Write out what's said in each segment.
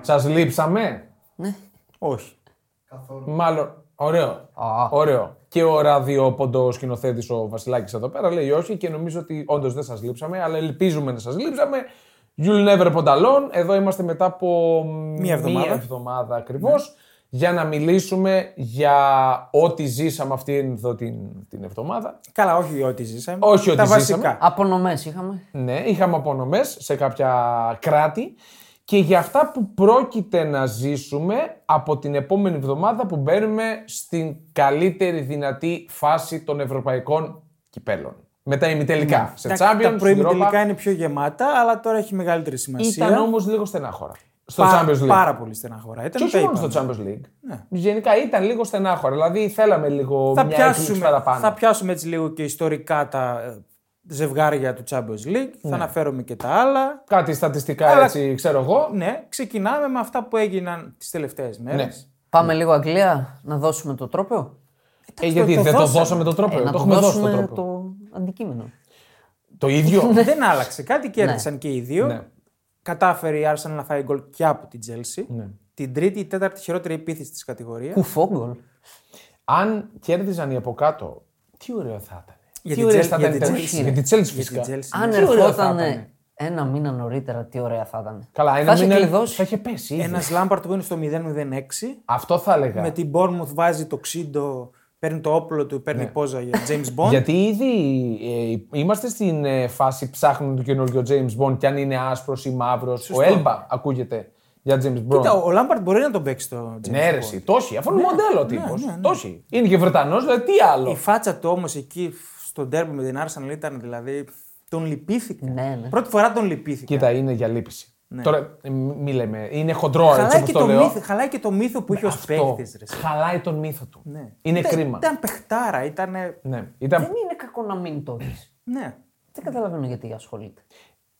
Σας λείψαμε. Όχι. Μάλλον. Ωραίο. Ωραίο. Και ο ραδιόποντο σκηνοθέτης ο Βασιλάκης εδώ πέρα λέει όχι και νομίζω ότι όντως δεν σας λείψαμε, αλλά ελπίζουμε να σας λείψαμε. You'll never put alone. Εδώ είμαστε μετά από μία εβδομάδα. εβδομάδα ακριβώς. Για να μιλήσουμε για ό,τι ζήσαμε αυτή εδώ την, την εβδομάδα. Καλά, όχι ό,τι ζήσαμε. Όχι ό,τι Τα ζήσαμε. βασικά. Απονομές είχαμε. Ναι, είχαμε απονομές σε κάποια κράτη. Και για αυτά που πρόκειται να ζήσουμε από την επόμενη εβδομάδα που μπαίνουμε στην καλύτερη δυνατή φάση των ευρωπαϊκών κυπέλων. Με τα ημιτελικά. Σε Ναι. Τα, Champions, τα στην πρώιμη Europa. τελικά είναι πιο γεμάτα, αλλά τώρα έχει μεγαλύτερη σημασία. Ήταν όμως λίγο στενάχωρα. Στο Πα- Champions League. Πάρα πολύ στεναχωρά. Ήταν Και τα όχι μόνο στο είπαμε. Champions League. Γενικά ήταν λίγο στενάχωρα. Δηλαδή θέλαμε λίγο θα μια έκπληξη πιάσουμε, παραπάνω. θα πιάσουμε έτσι λίγο και ιστορικά τα ε, ζευγάρια του Champions League. Ναι. Θα αναφέρομαι και τα άλλα. Κάτι στατιστικά Αλλά- έτσι, ξέρω εγώ. Ναι, ξεκινάμε με αυτά που έγιναν τις τελευταίες Ναι. μέρες. Πάμε λίγο Αγγλία να δώσουμε το τρόπαιο. Ε, γιατί το δεν το δώσαμε. δώσαμε το τρόπο. Ε, το να του έχουμε δώσει το δώσουμε τρόπο. το αντικείμενο. Το ίδιο. Δεν άλλαξε κάτι, κέρδισαν και οι δύο. Ναι. Κατάφερε η Arsenal να φάει γκολ και από την Chelsea. Ναι. Την τρίτη ή τέταρτη χειρότερη επίθεση της κατηγορίας. Κουφόγκολ. Αν κέρδιζαν οι από κάτω, τι ωραίο θα ήταν. Για τι την ωραίο Τζελ- θα για ήταν η την Chelsea. Chelsea, Για τη ρε. Chelsea Για την φυσικά. Chelsea. Αν Τι ωραίο θα ερχόταν ήτανε. ένα μήνα νωρίτερα, τι ωραία θα ήταν. Καλά, θα ένα είχε μήνα κλειδώσει. θα είχε πέσει. ήδη. Ένας Λάμπαρτ που είναι στο 0-0-6. Αυτό θα έλεγα. Με την Bournemouth βάζει το ξύντο, παίρνει το όπλο του, Ναι. παίρνει πόζα για James Bond. Γιατί ήδη ε, είμαστε στην ε, φάση ψάχνουν του καινούργιου James Bond και αν είναι άσπρος ή μαύρος. Ο Έλμπα ακούγεται για James Bond. Κοίτα, ο Λάμπαρτ μπορεί να τον παίξει το James Ναι, Bond. ρε, εσύ, τόση. Αφού είναι μοντέλο τύπο. Τόση. Είναι και Βρετανός, δηλαδή τι ναι, Η άλλο. φάτσα του όμως εκεί στο τέρμα με την Arsenal ήταν δηλαδή. Τον λυπήθηκα. Ναι, ναι. Πρώτη φορά τον λυπήθηκα. Κοίτα, είναι για λύπηση. Τώρα, ε, μη μη λέμε, είναι χοντρό έτσι Ναι. χαλάει, όπως και το το λέω. Ναι, μύθο, χαλάει και το μύθο που είχε ως Αυτό παίκτης. χαλάει τον μύθο του. Ναι. Είναι ήταν, κρίμα. Ήταν παιχτάρα, ήταν. Ναι. Ήταν Δεν είναι κακό να μην το δεις. Ναι. Δεν καταλαβαίνω γιατί ασχολείται.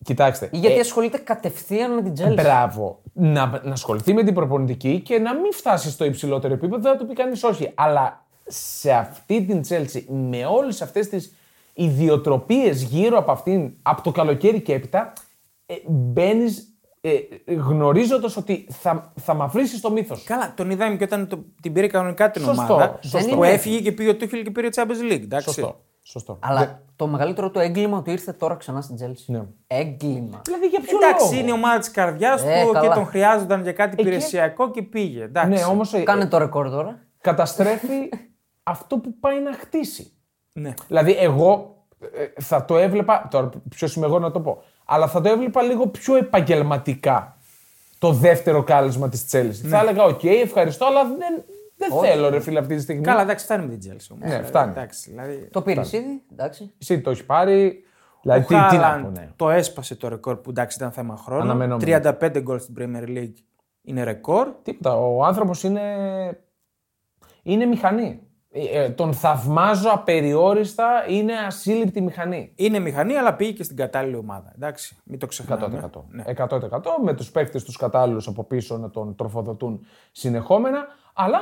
Κοιτάξτε. Ή γιατί ε, ασχολείται κατευθείαν με την Chelsea. μπράβο. Να, να ασχοληθεί με την προπονητική και να μην φτάσει στο υψηλότερο επίπεδο, δεν θα του πει κανείς όχι. Αλλά σε αυτή την Τσέλση, με όλες αυτές τις ιδιοτροπίες γύρω από αυτήν, από το καλοκαίρι και έπειτα, ε, μπαίνεις ε, γνωρίζοντας ότι θα, θα μαυρίσεις το μύθος. Καλά, τον είδαμε και όταν το, την πήρε κανονικά την Σωστό, ομάδα. σωστό. Που έφυγε και πήγε ο Τούχελ και πήρε Champions League. Εντάξει. Σωστό. Σωστό. Αλλά το μεγαλύτερο του έγκλημα ότι ήρθε τώρα ξανά στην Chelsea. Ναι. Έγκλημα. Δηλαδή για ποιο Εντάξει, λόγο. είναι η ομάδα της καρδιάς Ε, του και καλά. τον χρειάζονταν για κάτι υπηρεσιακό και πήγε. Εντάξει. Ναι, όμως Κάνε το ρεκόρ τώρα. καταστρέφει αυτό που πάει να χτίσει. Ναι. Δηλαδή, εγώ ε, θα το έβλεπα. Τώρα, ποιος είμαι εγώ να το πω. Αλλά θα το έβλεπα λίγο πιο επαγγελματικά το δεύτερο κάλεσμα της Τσέλσης. Θα έλεγα: Οκ, ευχαριστώ, αλλά δεν, δεν θέλω, ρε φίλε, αυτή τη στιγμή. Καλά, εντάξει, φτάνει με την Chelsea όμως. Ναι, φτάνει. Εντάξει, δηλαδή... Το πήρες ήδη. Εντάξει. Εσύ το έχεις πάρει. Δηλαδή, Ο τι, τι να Χάλαντ πω, ναι. το έσπασε το ρεκόρ που εντάξει ήταν θέμα χρόνου. Αναμενόμενος. 35 γκολ στην Premier League είναι ρεκόρ. Τίποτα. Ο άνθρωπος είναι. είναι μηχανή. Ε, ε, τον θαυμάζω απεριόριστα. Είναι ασύλληπτη μηχανή. Είναι μηχανή, αλλά πήγε και στην κατάλληλη ομάδα. Εντάξει, μην το 100%. ξεχνάμε. 100%. Με τους παίκτες τους κατάλληλους από πίσω να τον τροφοδοτούν συνεχόμενα, αλλά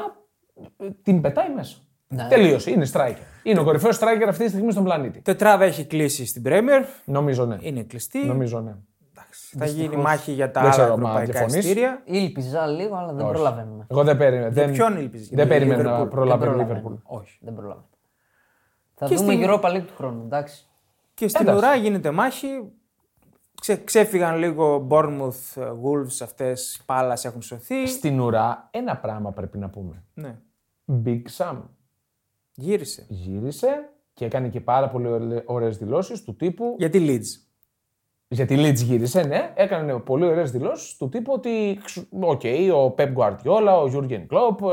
ε, την πετάει μέσα. Ναι. Τελείωσε. Είναι striker. Είναι ο κορυφαίος striker αυτή τη στιγμή στον πλανήτη. Τετράδα έχει κλείσει στην Premier. Νομίζω ναι. Είναι κλειστή. Νομίζω ναι. Θα γίνει μάχη για τα Δεν άλλα ξέρω, μα ευρωπαϊκά διαφωνείς. εισιτήρια. Ήλπιζα λίγο, αλλά δεν προλαβαίνουμε. Εγώ δεν περίμενα. Δεν, ποιον ήλπιζες, για δεν τη περίμενα να Liverpool. προλάβει η Δεν Λίβερπουλ. προλαβαίνω. Όχι, δεν προλαβαίνω. Θα Και δούμε στην- Europa League του χρόνου. Εντάξει. Και στην Εντάξει. ουρά γίνεται μάχη. Ξε, ξέφυγαν λίγο Bournemouth, ε, Wolves, αυτές πάλας έχουν σωθεί. Στην ουρά ένα πράγμα πρέπει να πούμε. Ναι. Big Sam Γύρισε. γύρισε και έκανε και πάρα πολύ ωραίες δηλώσεις του τύπου Γιατί Leeds. γιατί Γιατί Λίτζ γύρισε, ναι, έκανε πολύ ωραίες δηλώσεις του τύπου ότι ξ- οκ, ο Πεπ Γκουαρτιόλα, ο Γιούργεν Κλοπ, ε,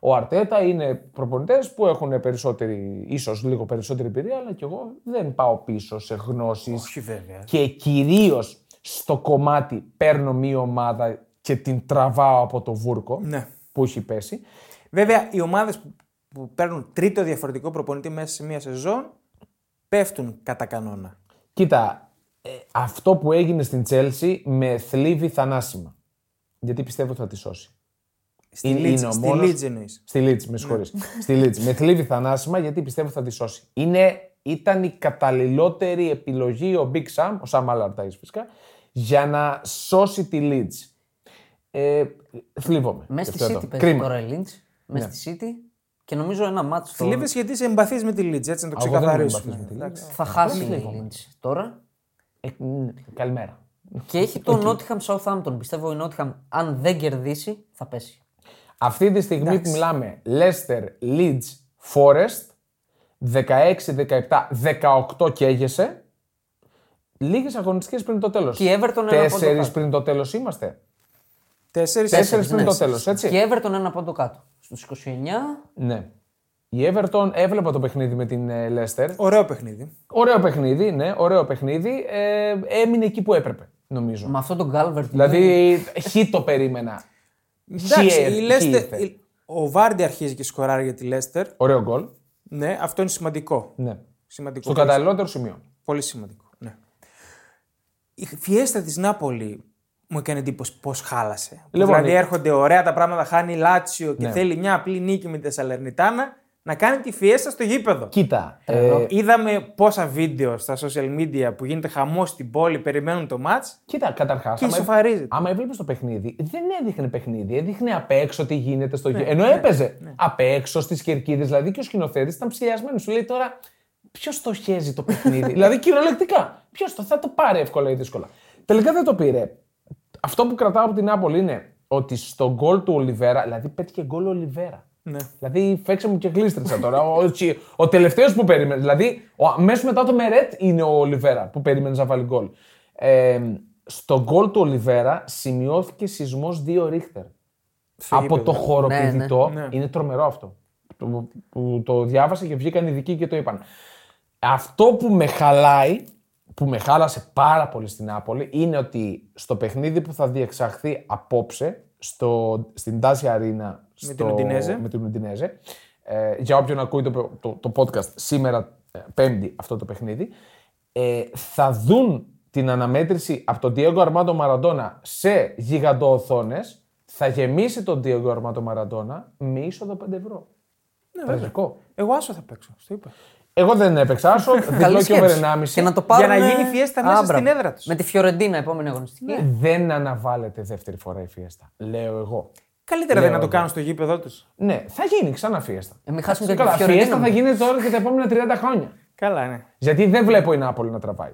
ο Αρτέτα είναι προπονητές που έχουν περισσότερη, ίσως λίγο περισσότερη εμπειρία, αλλά και εγώ δεν πάω πίσω σε γνώσεις. Όχι βέβαια. Και κυρίως στο κομμάτι παίρνω μία ομάδα και την τραβάω από το βούρκο Ναι. που έχει πέσει. Βέβαια, οι ομάδες που, που παίρνουν τρίτο διαφορετικό προπονητή μέσα σε μία σεζόν πέφτουν κατά κανόνα. Κοίτα, ε, αυτό που έγινε στην Τσέλσι με θλίβει θανάσιμα. Γιατί πιστεύω ότι θα τη σώσει. Στη Είναι- Leeds, είναι ο στη μόνος- Leeds εννοείς. Στη Λίτζ, Ναι. με συγχωρείς. Στη Λίτζ. Με θλίβει θανάσιμα γιατί πιστεύω θα τη σώσει. Είναι, ήταν η καταλληλότερη επιλογή ο Big Sam, ο Sam Allardyce φυσικά, για να σώσει τη Λίτζ. Ε, θλίβομαι. Μέσα γι' στη αυτό εδώ. City παίζει Κρίμα. Ναι. τώρα η Lynch. Μέσα στη City. Και νομίζω ένα μάτσο στο Θλίβε γιατί είσαι εμπαθή με τη Λίτζ, έτσι να το Α, εγώ δεν είμαι ξεκαθαρίσουμε. ναι, εμπαθής με τη Leeds. Εντάξει. θα χάσει η Lynch τώρα. Ε, μ, καλημέρα. Και έχει το Nottingham Southampton. Πιστεύω η Nottingham, αν δεν κερδίσει, θα πέσει. Αυτή τη στιγμή που μιλάμε, Leicester, Leeds, Forest, 16, 17, 18 καίγεσαι. Λίγες αγωνιστικές πριν το τέλος. Και η Everton ένα πόντο Τέσσερις κάτω. πριν το τέλος είμαστε. Τέσσερις, Τέσσερις πριν ναι. το τέλος, έτσι. Και η Everton ένα πόντο κάτω. Στους 29. Ναι. Η Everton έβλεπα το παιχνίδι με την ε, Leicester. Ωραίο παιχνίδι. Ωραίο παιχνίδι, ναι, ωραίο παιχνίδι. Ε, έμεινε εκεί που έπρεπε, νομίζω. Με αυτόν τον Γκάλβερτ. Δηλαδή, χ το περίμενα. Εντάξει, ε- η χι Leicester- ήρθε. η- ο Βάρντι αρχίζει και σκοράρει για τη Λέστερ. Ωραίο γκολ. Ναι, αυτό είναι σημαντικό. Ναι. σημαντικό Στο καταλληλότερο σημείο. Πολύ σημαντικό. Ναι. Η φιέστα της Νάπολη μου έκανε εντύπωση πώς χάλασε. Λοιπόν, δηλαδή ναι. έρχονται ωραία τα πράγματα, χάνει η Λάτσιο και Ναι. θέλει μια απλή νίκη με τη Σαλερνιτάνα να κάνει τη φιέστα στο γήπεδο. Κοίτα. Τρελό. Ε, Είδαμε πόσα βίντεο στα social media που γίνεται χαμό στην πόλη, περιμένουν το match κοίτα, καταρχάς. και ισοφαρίζεται. Άμα έβλεπες το παιχνίδι, δεν έδειχνε παιχνίδι. Έδειχνε απ' έξω τι γίνεται στο γήπεδο. Ενώ έπαιζε απ' έξω στις κερκίδες. Δηλαδή και ο σκηνοθέτης ήταν ψηλιασμένο. Σου λέει τώρα, ποιος το χέζει το παιχνίδι. δηλαδή κυριολεκτικά. Ποιος το θα το πάρει εύκολα ή δύσκολα. Τελικά δεν το πήρε. Αυτό που κρατάω από την Άπολη είναι ότι στον γκολ του Ολιβέρα, δηλαδή πέτυχε γκολ ο Ολιβέρα. Ναι. Δηλαδή φέξε μου και γλίστρισα τώρα. ο τσι- ο τελευταίος που περίμενε. Δηλαδή ο, αμέσως μετά το Μερέτ είναι ο Ολιβέρα που περίμενε να βάλει γκολ. Ε, στο γκολ του Ολιβέρα σημειώθηκε σεισμός 2 ρίχτερ. από γήπεδο. το χοροπηδητό. Ναι, ναι. Ναι. Είναι τρομερό αυτό. Το, που το διάβασα και βγήκαν ειδικοί και το είπαν. Αυτό που με χαλάει, που με χάλασε πάρα πολύ στην Νάπολη, είναι ότι στο παιχνίδι που θα διεξαχθεί απόψε, στο, στην Τάση Αρίνα, Με στο- την Ουντινέζε. με την Ουντινέζε. Ε, για όποιον ακούει το, το, το podcast σήμερα, ε, Πέμπτη, αυτό το παιχνίδι, ε, θα δουν την αναμέτρηση από τον Diego Armando Maradona σε γιγαντοοθόνες, θα γεμίσει τον Diego Armando Maradona με είσοδο 5 ευρώ. Ναι, Τραγικό. Εγώ άσο θα παίξω, στο είπα. Εγώ δεν έπαιξα άσο, διπλό και over 1,5. Και να το πάρουν... να γίνει φιέστα μέσα στην έδρα τους. Με τη Φιωρεντίνα, επόμενη αγωνιστική. Ε, Ναι. Δεν αναβάλλεται δεύτερη φορά η φιέστα, λέω εγώ. Καλύτερα δεν να το εγώ. κάνουν στο γήπεδο τους. Ναι, θα γίνει ξανά φιέστα. Ε, μην χάσουμε και τη Καλά, φιέστα θα Φιωρεντίνα. γίνει τώρα και τα επόμενα 30 χρόνια. Καλά, ναι. Γιατί δεν βλέπω η Νάπολη να τραβάει.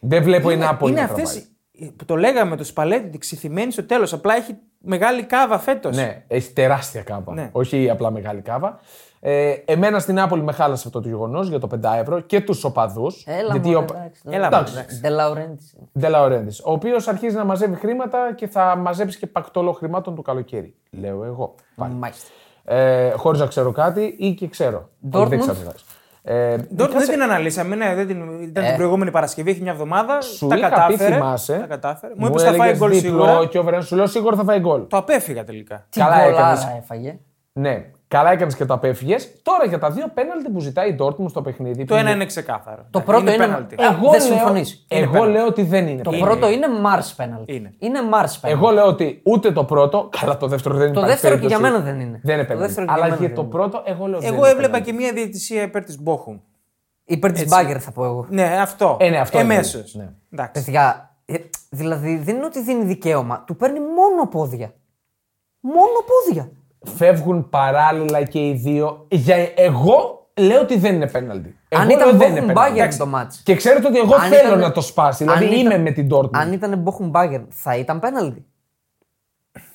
Δεν βλέπω η Νάπολη είναι να αυτές τραβάει. που το λέγαμε το Σπαλέτη, ότι ξηθυμένη στο τέλος. Απλά έχει μεγάλη κάβα φέτος. Ναι, έχει τεράστια κάβα. Ναι. Όχι απλά μεγάλη κάβα. Ε, εμένα στην Νάπολη με χάλασε αυτό το γεγονός για το 5 ευρώ και τους οπαδούς. Έλα, γιατί μωρέ, ο- εντάξει. Έλα, Εντάξει. εντάξει. Ντε Λαουρέντις. De Laurentiis, ο οποίος αρχίζει να μαζεύει χρήματα και θα μαζέψει και πακτόλο χρημάτων το καλοκαίρι. Λέω εγώ. Πάλι. Μάλιστα. Ε, Χωρίς να ξέρω κάτι ή και ξέρω. Όχι, Δεν Dortmund. ξέρω. εντάξει. Ε, Ντόρτμουντ δεν την αναλύσαμε. Ναι, δεν την... Ήταν την προηγούμενη Παρασκευή, έχει μια εβδομάδα. σου τα είχα κατάφερε. πει, θυμάσαι. Τα κατάφερε. Μου είπες θα φάει έλεγες γκολ διπλό σίγουρα. Και ο Βεράν σου λέω σίγουρα θα φάει γκολ. Το απέφυγα τελικά. Τι Καλά γκολάρα έκανες. έφαγε. Ναι, καλά έκανες και το απέφυγες. Τώρα για τα δύο πέναλτι που ζητάει η Dortmund στο παιχνίδι. Το που ένα είναι- είναι ξεκάθαρο. Ναι, Το πρώτο είναι- πέναλτι. Ε, Εγώ δεν λέω- συμφωνείς. Εγώ Είναι λέω ότι δεν είναι. Το penalty. πρώτο είναι Mars penalty. Είναι. Είναι Mars penalty. Εγώ λέω ότι ούτε το πρώτο. Καλά, το δεύτερο δεν είναι. δεύτερο και για μένα δεν είναι. Δεν είναι Το penalty. δεύτερο και για Αλλά μένα για δεν το είναι. πρώτο, εγώ λέω. ότι Εγώ δεν είναι έβλεπα penalty. και μια διαιτησία υπέρ της Μπόχουμ. Υπέρ της Μπάγκερ θα πω εγώ. Ναι, αυτό. Ε, ναι, αυτό είναι. Εμέσως. Ναι. Παιδιά, ε, δηλαδή δεν είναι ότι δίνει δικαίωμα. Του παίρνει μόνο πόδια. Μόνο πόδια. Φεύγουν παράλληλα και οι δύο. Για... Εγώ λέω ότι δεν είναι πέναλτι. Αν Εγώ ήταν λέω δεν Bochum είναι Bayern penalty. Εντάξει. το μάτς. Και ξέρετε ότι εγώ Αν θέλω ήταν- να το σπάσει. αν Δηλαδή ήταν- είμαι με την Dortmund. Αν ήταν Bochum Μπάγκερ, θα ήταν πέναλτι.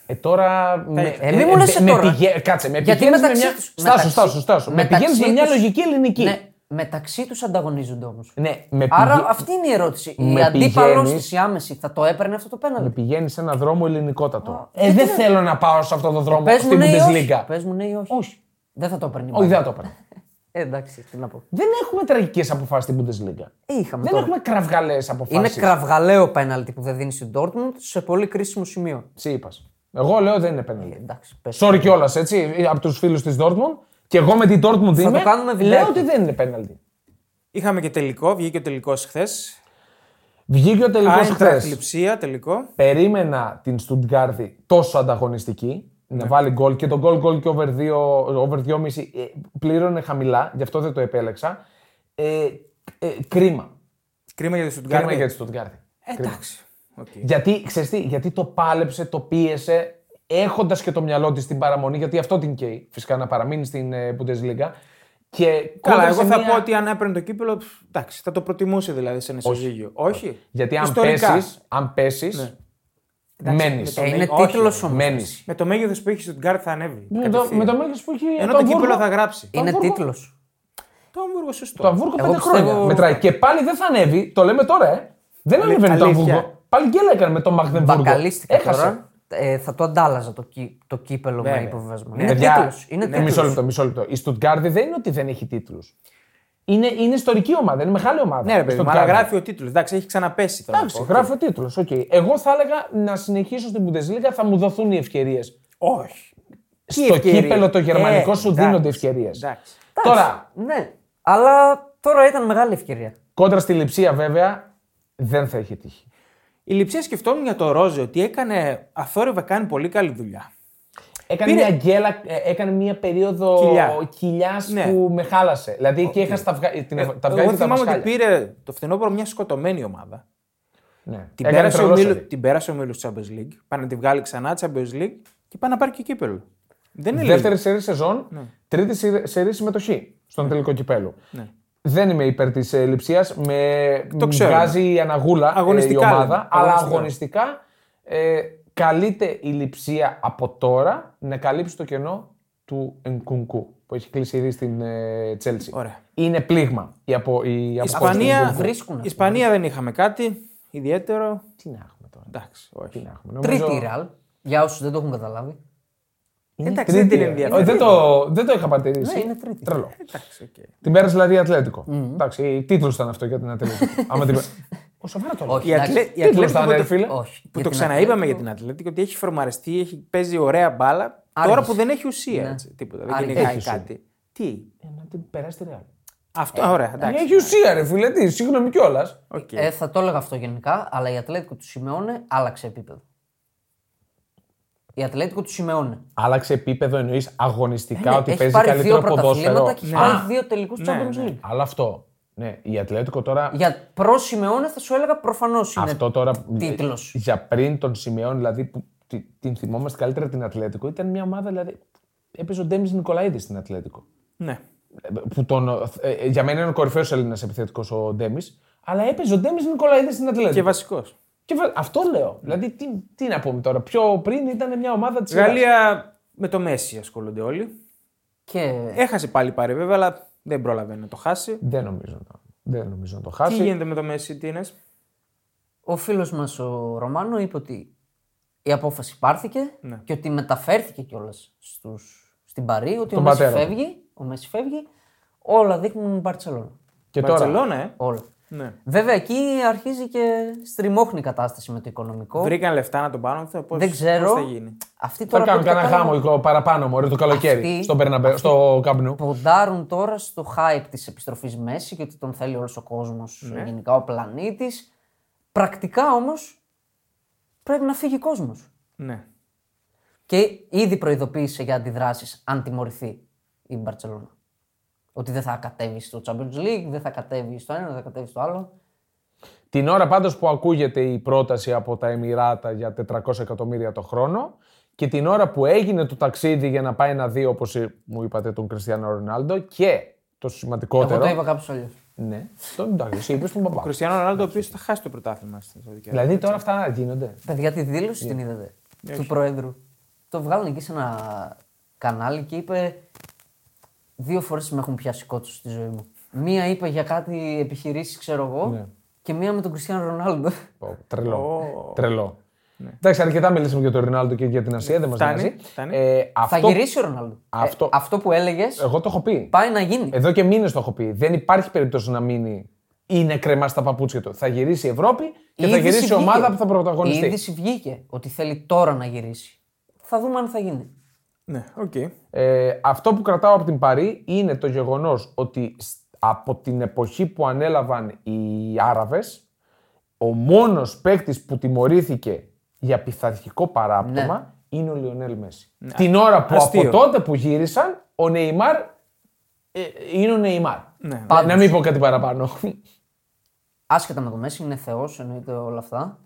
Ε, τώρα. με- Ε, μη μου λες με τώρα. πηγε- Κάτσε, με Γιατί πηγαίνεις με μεταξύ μια. τους- Στάσου, μεταξύ- στάσου, στάσου. Με μεταξύ πηγαίνεις με μια τους- λογική ελληνική. Ναι, μεταξύ τους ανταγωνίζονται όμως. Ναι, με Άρα πηγε- αυτή είναι η ερώτηση. με η αντίπαλο πηγαίνεις- τη η άμεση θα το έπαιρνε αυτό το με πέναλτι. πηγαίνεις σε έναν δρόμο ελληνικότατο. Ε, Ε, δεν τι να- θέλω να πάω σε αυτόν τον δρόμο Πες μου στην ναι ή Bundesliga. όχι. Πες ναι. μου ναι ή όχι. Όχι. Δεν θα το έπαιρνε. η Όχι, Bayern. δεν θα το έπαιρνα. Ε, εντάξει, τι να πω. Δεν έχουμε τραγικές αποφάσεις στην Bundesliga. Ε, είχαμε δεν τώρα. έχουμε κραυγαλέ αποφάσεις. Είναι κραυγαλαίο πέναλτι που δεν δίνει στην Dortmund σε πολύ κρίσιμο σημείο. Τσίπας. Εγώ λέω δεν είναι πέναλτι. Εντάξει, πες. Sorry κιόλας, έτσι, από τους φίλους της Dortmund. Και εγώ με την Dortmund θα είμαι. κάνουμε λέω βιντεάκι. ότι δεν είναι πέναλτι. Είχαμε και τελικό, βγήκε ο τελικός χθες. Βγήκε ο τελικός χθε. Άιντραχτ λειψία, τελικό. Περίμενα την Στουτγκάρδη τόσο ανταγωνιστική. Ναι. Να βάλει γκολ και το γκολ γκολ και over 2,5 over 2,5, ε, πλήρωνε χαμηλά, γι' αυτό δεν το επέλεξα. Ε, ε, κρίμα. Κρίμα για τη Κρίμα Στουτγκάρδη. για τη Στουτγκάρδη. Εντάξει. Οκ. Γιατί, ξέρεις τι, γιατί το πάλεψε, το πίεσε, έχοντας και το μυαλό της στην παραμονή, γιατί αυτό την καίει φυσικά να παραμείνει στην ε, Bundesliga. Και Καλά, κόντρα εγώ σε θα μια- πω ότι αν έπαιρνε το κύπελο, πφ, εντάξει, θα το προτιμούσε δηλαδή σε ένα ισοζύγιο. Όχι. Γιατί αν Ιστορικά. πέσεις, αν πέσεις, Ναι. μένεις. με το- Ε, είναι όχι, τίτλο όμως. Μένεις. Με το μέγεθος που έχει στον Γκάρ θα ανέβει. Με το, κατευθείαν. με το μέγεθος που έχει. Ενώ το το Αμβούργο- κύπελο θα γράψει. Είναι Αμβούργο- τίτλο. Το Αμβούργο, σωστό. Το Αμβούργο Εγώ πέντε πιστεύω- χρόνια μετράει. Και πάλι δεν θα ανέβει, το λέμε τώρα, ε. Δεν Αλη- ανέβαινε το αλήθεια. Αμβούργο. Πάλι γκέλα έκανε με το Μαγδενβούργο. Μπακαλίστηκα Έχασε. τώρα. Ε, θα το αντάλλαζα το, κύ, το κύπελο με Βέβαια. υποβιβασμό. Ναι, Είναι Παιδιά, τίτλο. Είναι ναι, μισό τίτλος. λεπτό, μισό λεπτό. Η Στουτγκάρδη δεν είναι ότι δεν έχει τίτλους. Είναι, είναι ιστορική ομάδα, είναι μεγάλη ομάδα. Ναι, ρε παιδί, Η μου, αλλά Stuttgart. γράφει ο τίτλος. Εντάξει, έχει ξαναπέσει τώρα. Εντάξει, γράφει ο τίτλος. Okay. Εγώ θα έλεγα να συνεχίσω στην Bundesliga, θα μου δοθούν οι ευκαιρίες. Όχι. Στο ευκαιρία? κύπελο το γερμανικό Ε, σου εντάξει, δίνονται ευκαιρίες. Εντάξει. Εντάξει, Τώρα, Ναι, αλλά τώρα ήταν μεγάλη ευκαιρία. κόντρα στη λειψία βέβαια, δεν θα έχει τύχη. Η Λιψία σκεφτόμουν για το Ρόζε ότι έκανε αθόρυβα κάνει πολύ καλή δουλειά. Έκανε Πήρε- μια γκέλα, ε, έκανε μια περίοδο Κοιλιά. κοιλιάς Ναι. Ε, που με χάλασε. Δηλαδή εκεί έχασα τα, βγα... την... τα Εγώ βγάλη και τα θυμάμαι μασχάλια. ότι πήρε το φθινόπωρο μια σκοτωμένη ομάδα. Ναι. Την Έκανε πέρασε, ο τρελό Μίλο, σερί. την πέρασε ο Μίλο Champions League. Πάει να τη βγάλει ξανά Champions League και πάει να πάρει και κύπελο. Δεν είναι λίγο. Δεύτερη σερή σεζόν, Ναι. τρίτη σερή- σερή συμμετοχή στον τελικό κυπέλο. Δεν είμαι υπέρ της λειψίας. Με Ναι. Το ξέρω. βγάζει η αναγούλα ε, Αγωνιστικά η λέμε. ομάδα, αλλά Αγωνιστικά. αγωνιστικά ε, καλείται η λειψία από τώρα να καλύψει το κενό του Ενκουνκού που έχει κλείσει ήδη στην ε, Τσέλσι. Ωραία. Είναι πλήγμα η, απο, η απόσταση του Ισπανία, Ενκουνκού. βρίσκουν. Ισπανία δεν είχαμε κάτι ιδιαίτερο. Τι να έχουμε τώρα. Εντάξει, Τι όχι. να έχουμε. Νομίζω- Τρίτη η Ρεάλ, για όσους δεν το έχουν καταλάβει. Είναι Εντάξει, τρίτη, δεν την ε. ενδιαφέρει. Ε, Δεν το, δεν το είχα παρατηρήσει. Ναι, είναι τρίτη. Τρελό. Εντάξει, οκ. Την πέρασε δηλαδή η Ατλέτικο. Εντάξει, τίτλος ήταν αυτό για την Ατλέτικο. Άμα την. Ο Σοβαρά το Όχι. Η Εντάξει. Ατλέ- η Τίτλος Ατλέτικο ήταν, που ρε το- φίλε. Όχι. Που για το την ξαναείπαμε Ατλέτικο. για την Ατλέτικο ότι έχει φορμαριστεί, έχει, παίζει ωραία μπάλα. Άργησε. Τώρα που δεν έχει ουσία. Ναι. Έτσι, τίποτα. Δεν Άργησε. κυνηγάει Έχει κάτι. Τι. Ε, Να την περάσει τη Ρεάλ. Αυτό. ωραία, εντάξει. Έχει ουσία, ρε φίλε. Τι, συγγνώμη κιόλας. Οκ. Ε, θα το έλεγα αυτό γενικά, αλλά η Ατλέτικο του Σιμεώνε άλλαξε επίπεδο. Η Ατλέτικο του Σιμεώνε. Άλλαξε επίπεδο εννοείς αγωνιστικά ότι Ναι, έχει παίζει πάρει δύο καλύτερο ποδόσφαιρο. πρωταθλήματα και έχει Α, πάρει δύο τελικούς Ναι, Champions ναι. League. Αλλά αυτό. Ναι, η Ατλέτικο τώρα. Για προ Σιμεώνε θα σου έλεγα προφανώς είναι. Αυτό τώρα. Ναι, τίτλος. Για πριν τον Σιμεών, δηλαδή που τη- την θυμόμαστε καλύτερα την Ατλέτικο, ήταν μια ομάδα δηλαδή. Έπαιζε ο Ντέμις Νικολαίδης στην Ατλέτικο. Ναι. που τον, ε, για μένα είναι ο κορυφαίος Έλληνας επιθετικός ο Ντέμις, αλλά έπαιζε ο Ντέμις Νικολαίδης στην Ατλέτικο. Και βασικός. Και βα- αυτό λέω. Δηλαδή, τι, τι να πούμε τώρα. Πιο πριν ήταν μια ομάδα της Γαλλίας με το Μέση ασχολούνται όλοι. Και Έχασε πάλι πάρει βέβαια, αλλά δεν πρόλαβε να το χάσει. Δεν νομίζω να, δεν νομίζω να το Τι χάσει. γίνεται με το Μέση, τι είναι. ο φίλος μας ο Ρωμάνο είπε ότι η απόφαση πάρθηκε Ναι. και ότι μεταφέρθηκε κιόλας στην Παρή. Ότι Τον ο Μέση πατέρα. φεύγει, ο Μέση φεύγει. Όλα δείχνουν Μπαρσελόνα. Και τώρα. Μπαρσελόνα, ε. Όλα. Ναι. Βέβαια εκεί αρχίζει και στριμώχνει η κατάσταση με το οικονομικό. Βρήκαν λεφτά να τον πάρουν. θα- Πώς, Δεν ξέρω. Πώς θα γίνει. Αυτοί Θα τώρα κάνουν που το κανένα κάνουν, χάμο εγώ, παραπάνω μωρέ το καλοκαίρι Αυτοί- στο, Μπερναμπέ, στο Καμπνού. Ποντάρουν τώρα στο hype της επιστροφής Μέση και ότι τον θέλει όλος ο κόσμος, γενικά ο πλανήτης. Πρακτικά όμως πρέπει να φύγει κόσμος. Ναι. Και ήδη προειδοποίησε για αντιδράσεις αν τιμωρηθεί η Μπαρσελόνα. Ότι δεν θα κατέβει στο Champions League, δεν θα κατέβει στο ένα, δεν θα κατέβει στο άλλο. Την ώρα πάντως που ακούγεται η πρόταση από τα Εμμυράτα για 400 εκατομμύρια το χρόνο και την ώρα που έγινε το ταξίδι για να πάει να δει όπως ε, μου είπατε τον Κριστιανό Ρονάλντο και το Εγώ σημαντικότερο... το είπα κάπως αλλιώς. Ναι, το εντάξει, εσύ είπες τον Ο παπά. Κριστιανό Ρονάλντο, ο οποίος θα χάσει το πρωτάθλημα στην Σαουδική Αραβία. δηλαδή τώρα αυτά γίνονται. Παιδιά, τη δήλωση Ε, την είδατε του Προέδρου. Το βγάλανε εκεί σε ένα κανάλι και είπε δύο φορές με έχουν πιάσει κότσους στη ζωή μου. Μία είπε για κάτι επιχειρήσεις, ξέρω εγώ, Ναι. και μία με τον Κριστιανό Ρονάλντο. Πω, Τρελό. Τρελό. Ναι. Εντάξει, αρκετά μιλήσαμε για τον Ρινάλντο και για την Ασία, δεν μας Φτάνει, νοιάζει. φτάνει. Ε, Θα αυτό, γυρίσει ο Ρονάλντο. Αυτό- Ε, Ε, αυτό που έλεγες εγώ το έχω πει. πάει να γίνει. Εδώ και μήνες το έχω πει. Δεν υπάρχει περίπτωση να μείνει είναι κρεμά στα παπούτσια του. Θα γυρίσει η Ευρώπη και Η θα είδηση γυρίσει η βγήκε. ομάδα που θα Η πρωταγωνιστεί. είδηση βγήκε ότι θέλει τώρα να γυρίσει. Θα δούμε αν θα γίνει. Ναι, οκ. Ε, αυτό που κρατάω από την Παρή είναι το γεγονός ότι σ- από την εποχή που ανέλαβαν οι Άραβες, ο μόνος παίκτης που τιμωρήθηκε για πειθαρχικό παράπτωμα είναι ο Λιονέλ Μέση. Την ώρα που Ναι. αστείο. από τότε που γύρισαν, ο Νεϊμάρ ε, είναι ο Νεϊμάρ. Ναι. Να- Να μην πω κάτι παραπάνω. άσχετα με το Μέση, είναι θεός, εννοείται όλα αυτά.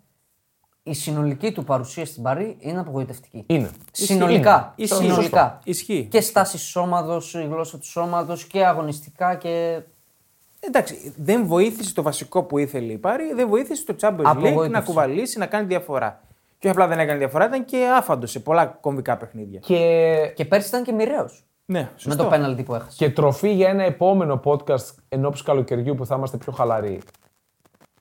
η συνολική του παρουσία στην Παρή είναι απογοητευτική. Είναι. Συνολικά. Ισχύει. Συνολικά. Σωστό. Ισχύει. Και στάση σώματος, η γλώσσα του σώματος και αγωνιστικά και. Εντάξει, δεν βοήθησε το βασικό που ήθελε η Πάρη, δεν βοήθησε το Champions League Απογοήτευση. να κουβαλήσει, να κάνει διαφορά. Και όχι απλά δεν έκανε διαφορά, ήταν και άφαντος σε πολλά κομβικά παιχνίδια. Και, Και πέρσι ήταν και μοιραίος. Ναι, Με σωστό. το πέναλτι που έχασε. και τροφή για ένα επόμενο podcast εν ώψη καλοκαιριού που θα είμαστε πιο χαλαροί.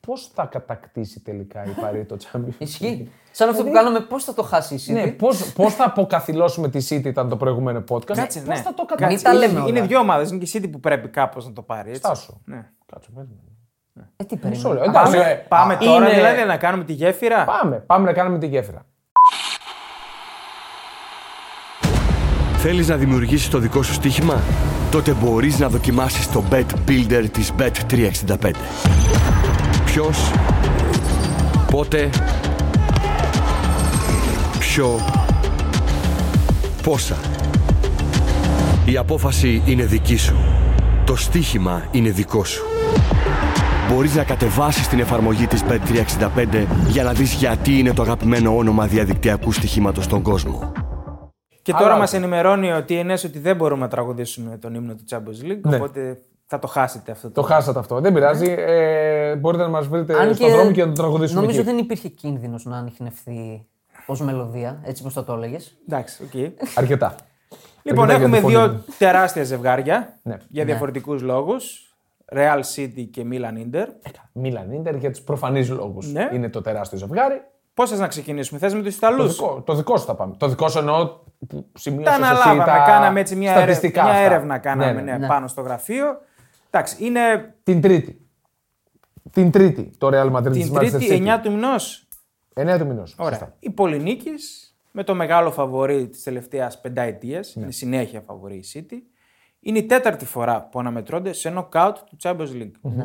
Πώς θα κατακτήσει τελικά η Παρή το Champions League. Ισχύει. Σαν αυτό που κάναμε, πώς θα το χάσει η City. Δηλαδή- Ναι, πώς, πώς θα αποκαθιλώσουμε τη City ήταν το προηγούμενο podcast. Κάτσε, πώς ναι. θα το Κάτσε, κατακτήσει. Μην τα είναι- λέμε όλα. Είναι δύο ομάδες, είναι και η City που πρέπει κάπως να το πάρει. Έτσι. Στάσου. Ναι. Κάτσε, περίμενε. Ε, τι Μισό λεπτό. περιμένουμε. Εντάξει, Πάμε, ε, πάμε α, τώρα είναι- δηλαδή να κάνουμε τη γέφυρα. Πάμε, πάμε να κάνουμε τη γέφυρα. Θέλεις να δημιουργήσεις το δικό σου στοίχημα? Τότε μπορείς να δοκιμάσεις το Bet Builder της Bet365. Ποιος, πότε, ποιο, πόσα. Η απόφαση είναι δική σου. Το στοίχημα είναι δικό σου. Μπορείς να κατεβάσεις την εφαρμογή της Bet365 για να δεις γιατί είναι το αγαπημένο όνομα διαδικτυακού στοιχήματος στον κόσμο. Και τώρα Αλλά- μας ενημερώνει ο TNS ότι δεν μπορούμε να τραγουδήσουμε τον ύμνο του Champions League. Ναι. Οπότε θα το χάσετε αυτό. Το χάσατε αυτό. Δεν πειράζει. Ε, μπορείτε να μας βρείτε στον δρόμο και να το τραγουδήσουμε. Νομίζω εκεί. δεν υπήρχε κίνδυνος να ανοιχνευτεί ως μελωδία, έτσι όπως θα το έλεγες. Εντάξει, οκ. Αρκετά. Λοιπόν, Αρκετά για έχουμε τη φωνή δύο μου. τεράστια ζευγάρια Ναι. για διαφορετικούς λόγους. Real City και Milan Inter. Μίλαν Ιντερ για τους προφανείς λόγους. Ναι. Είναι το τεράστιο ζευγάρι. Πώς θες να ξεκινήσουμε, θες με τους Το Ιταλού. δικό, το δικό σου θα πάμε. Το δικό σου εννοώ που Τα σημείωσε εσύ αναλάβαμε, τα κάναμε έτσι μια, έρευ- στατιστικά μια αυτά. έρευνα κάναμε Ναι, ναι. ναι, πάνω στο γραφείο. Εντάξει, είναι Την Τρίτη. Την Τρίτη το Real Madrid τη την Manchester Τρίτη City. 9 του μηνός. 9 του μηνός. Ωραία. Η Πολυνίκης με το μεγάλο φαβορή της τελευταίας πενταετίας. Είναι συνέχεια φαβορή η City. Είναι η τέταρτη φορά που αναμετρώνται σε νοκάουτ του Champions League.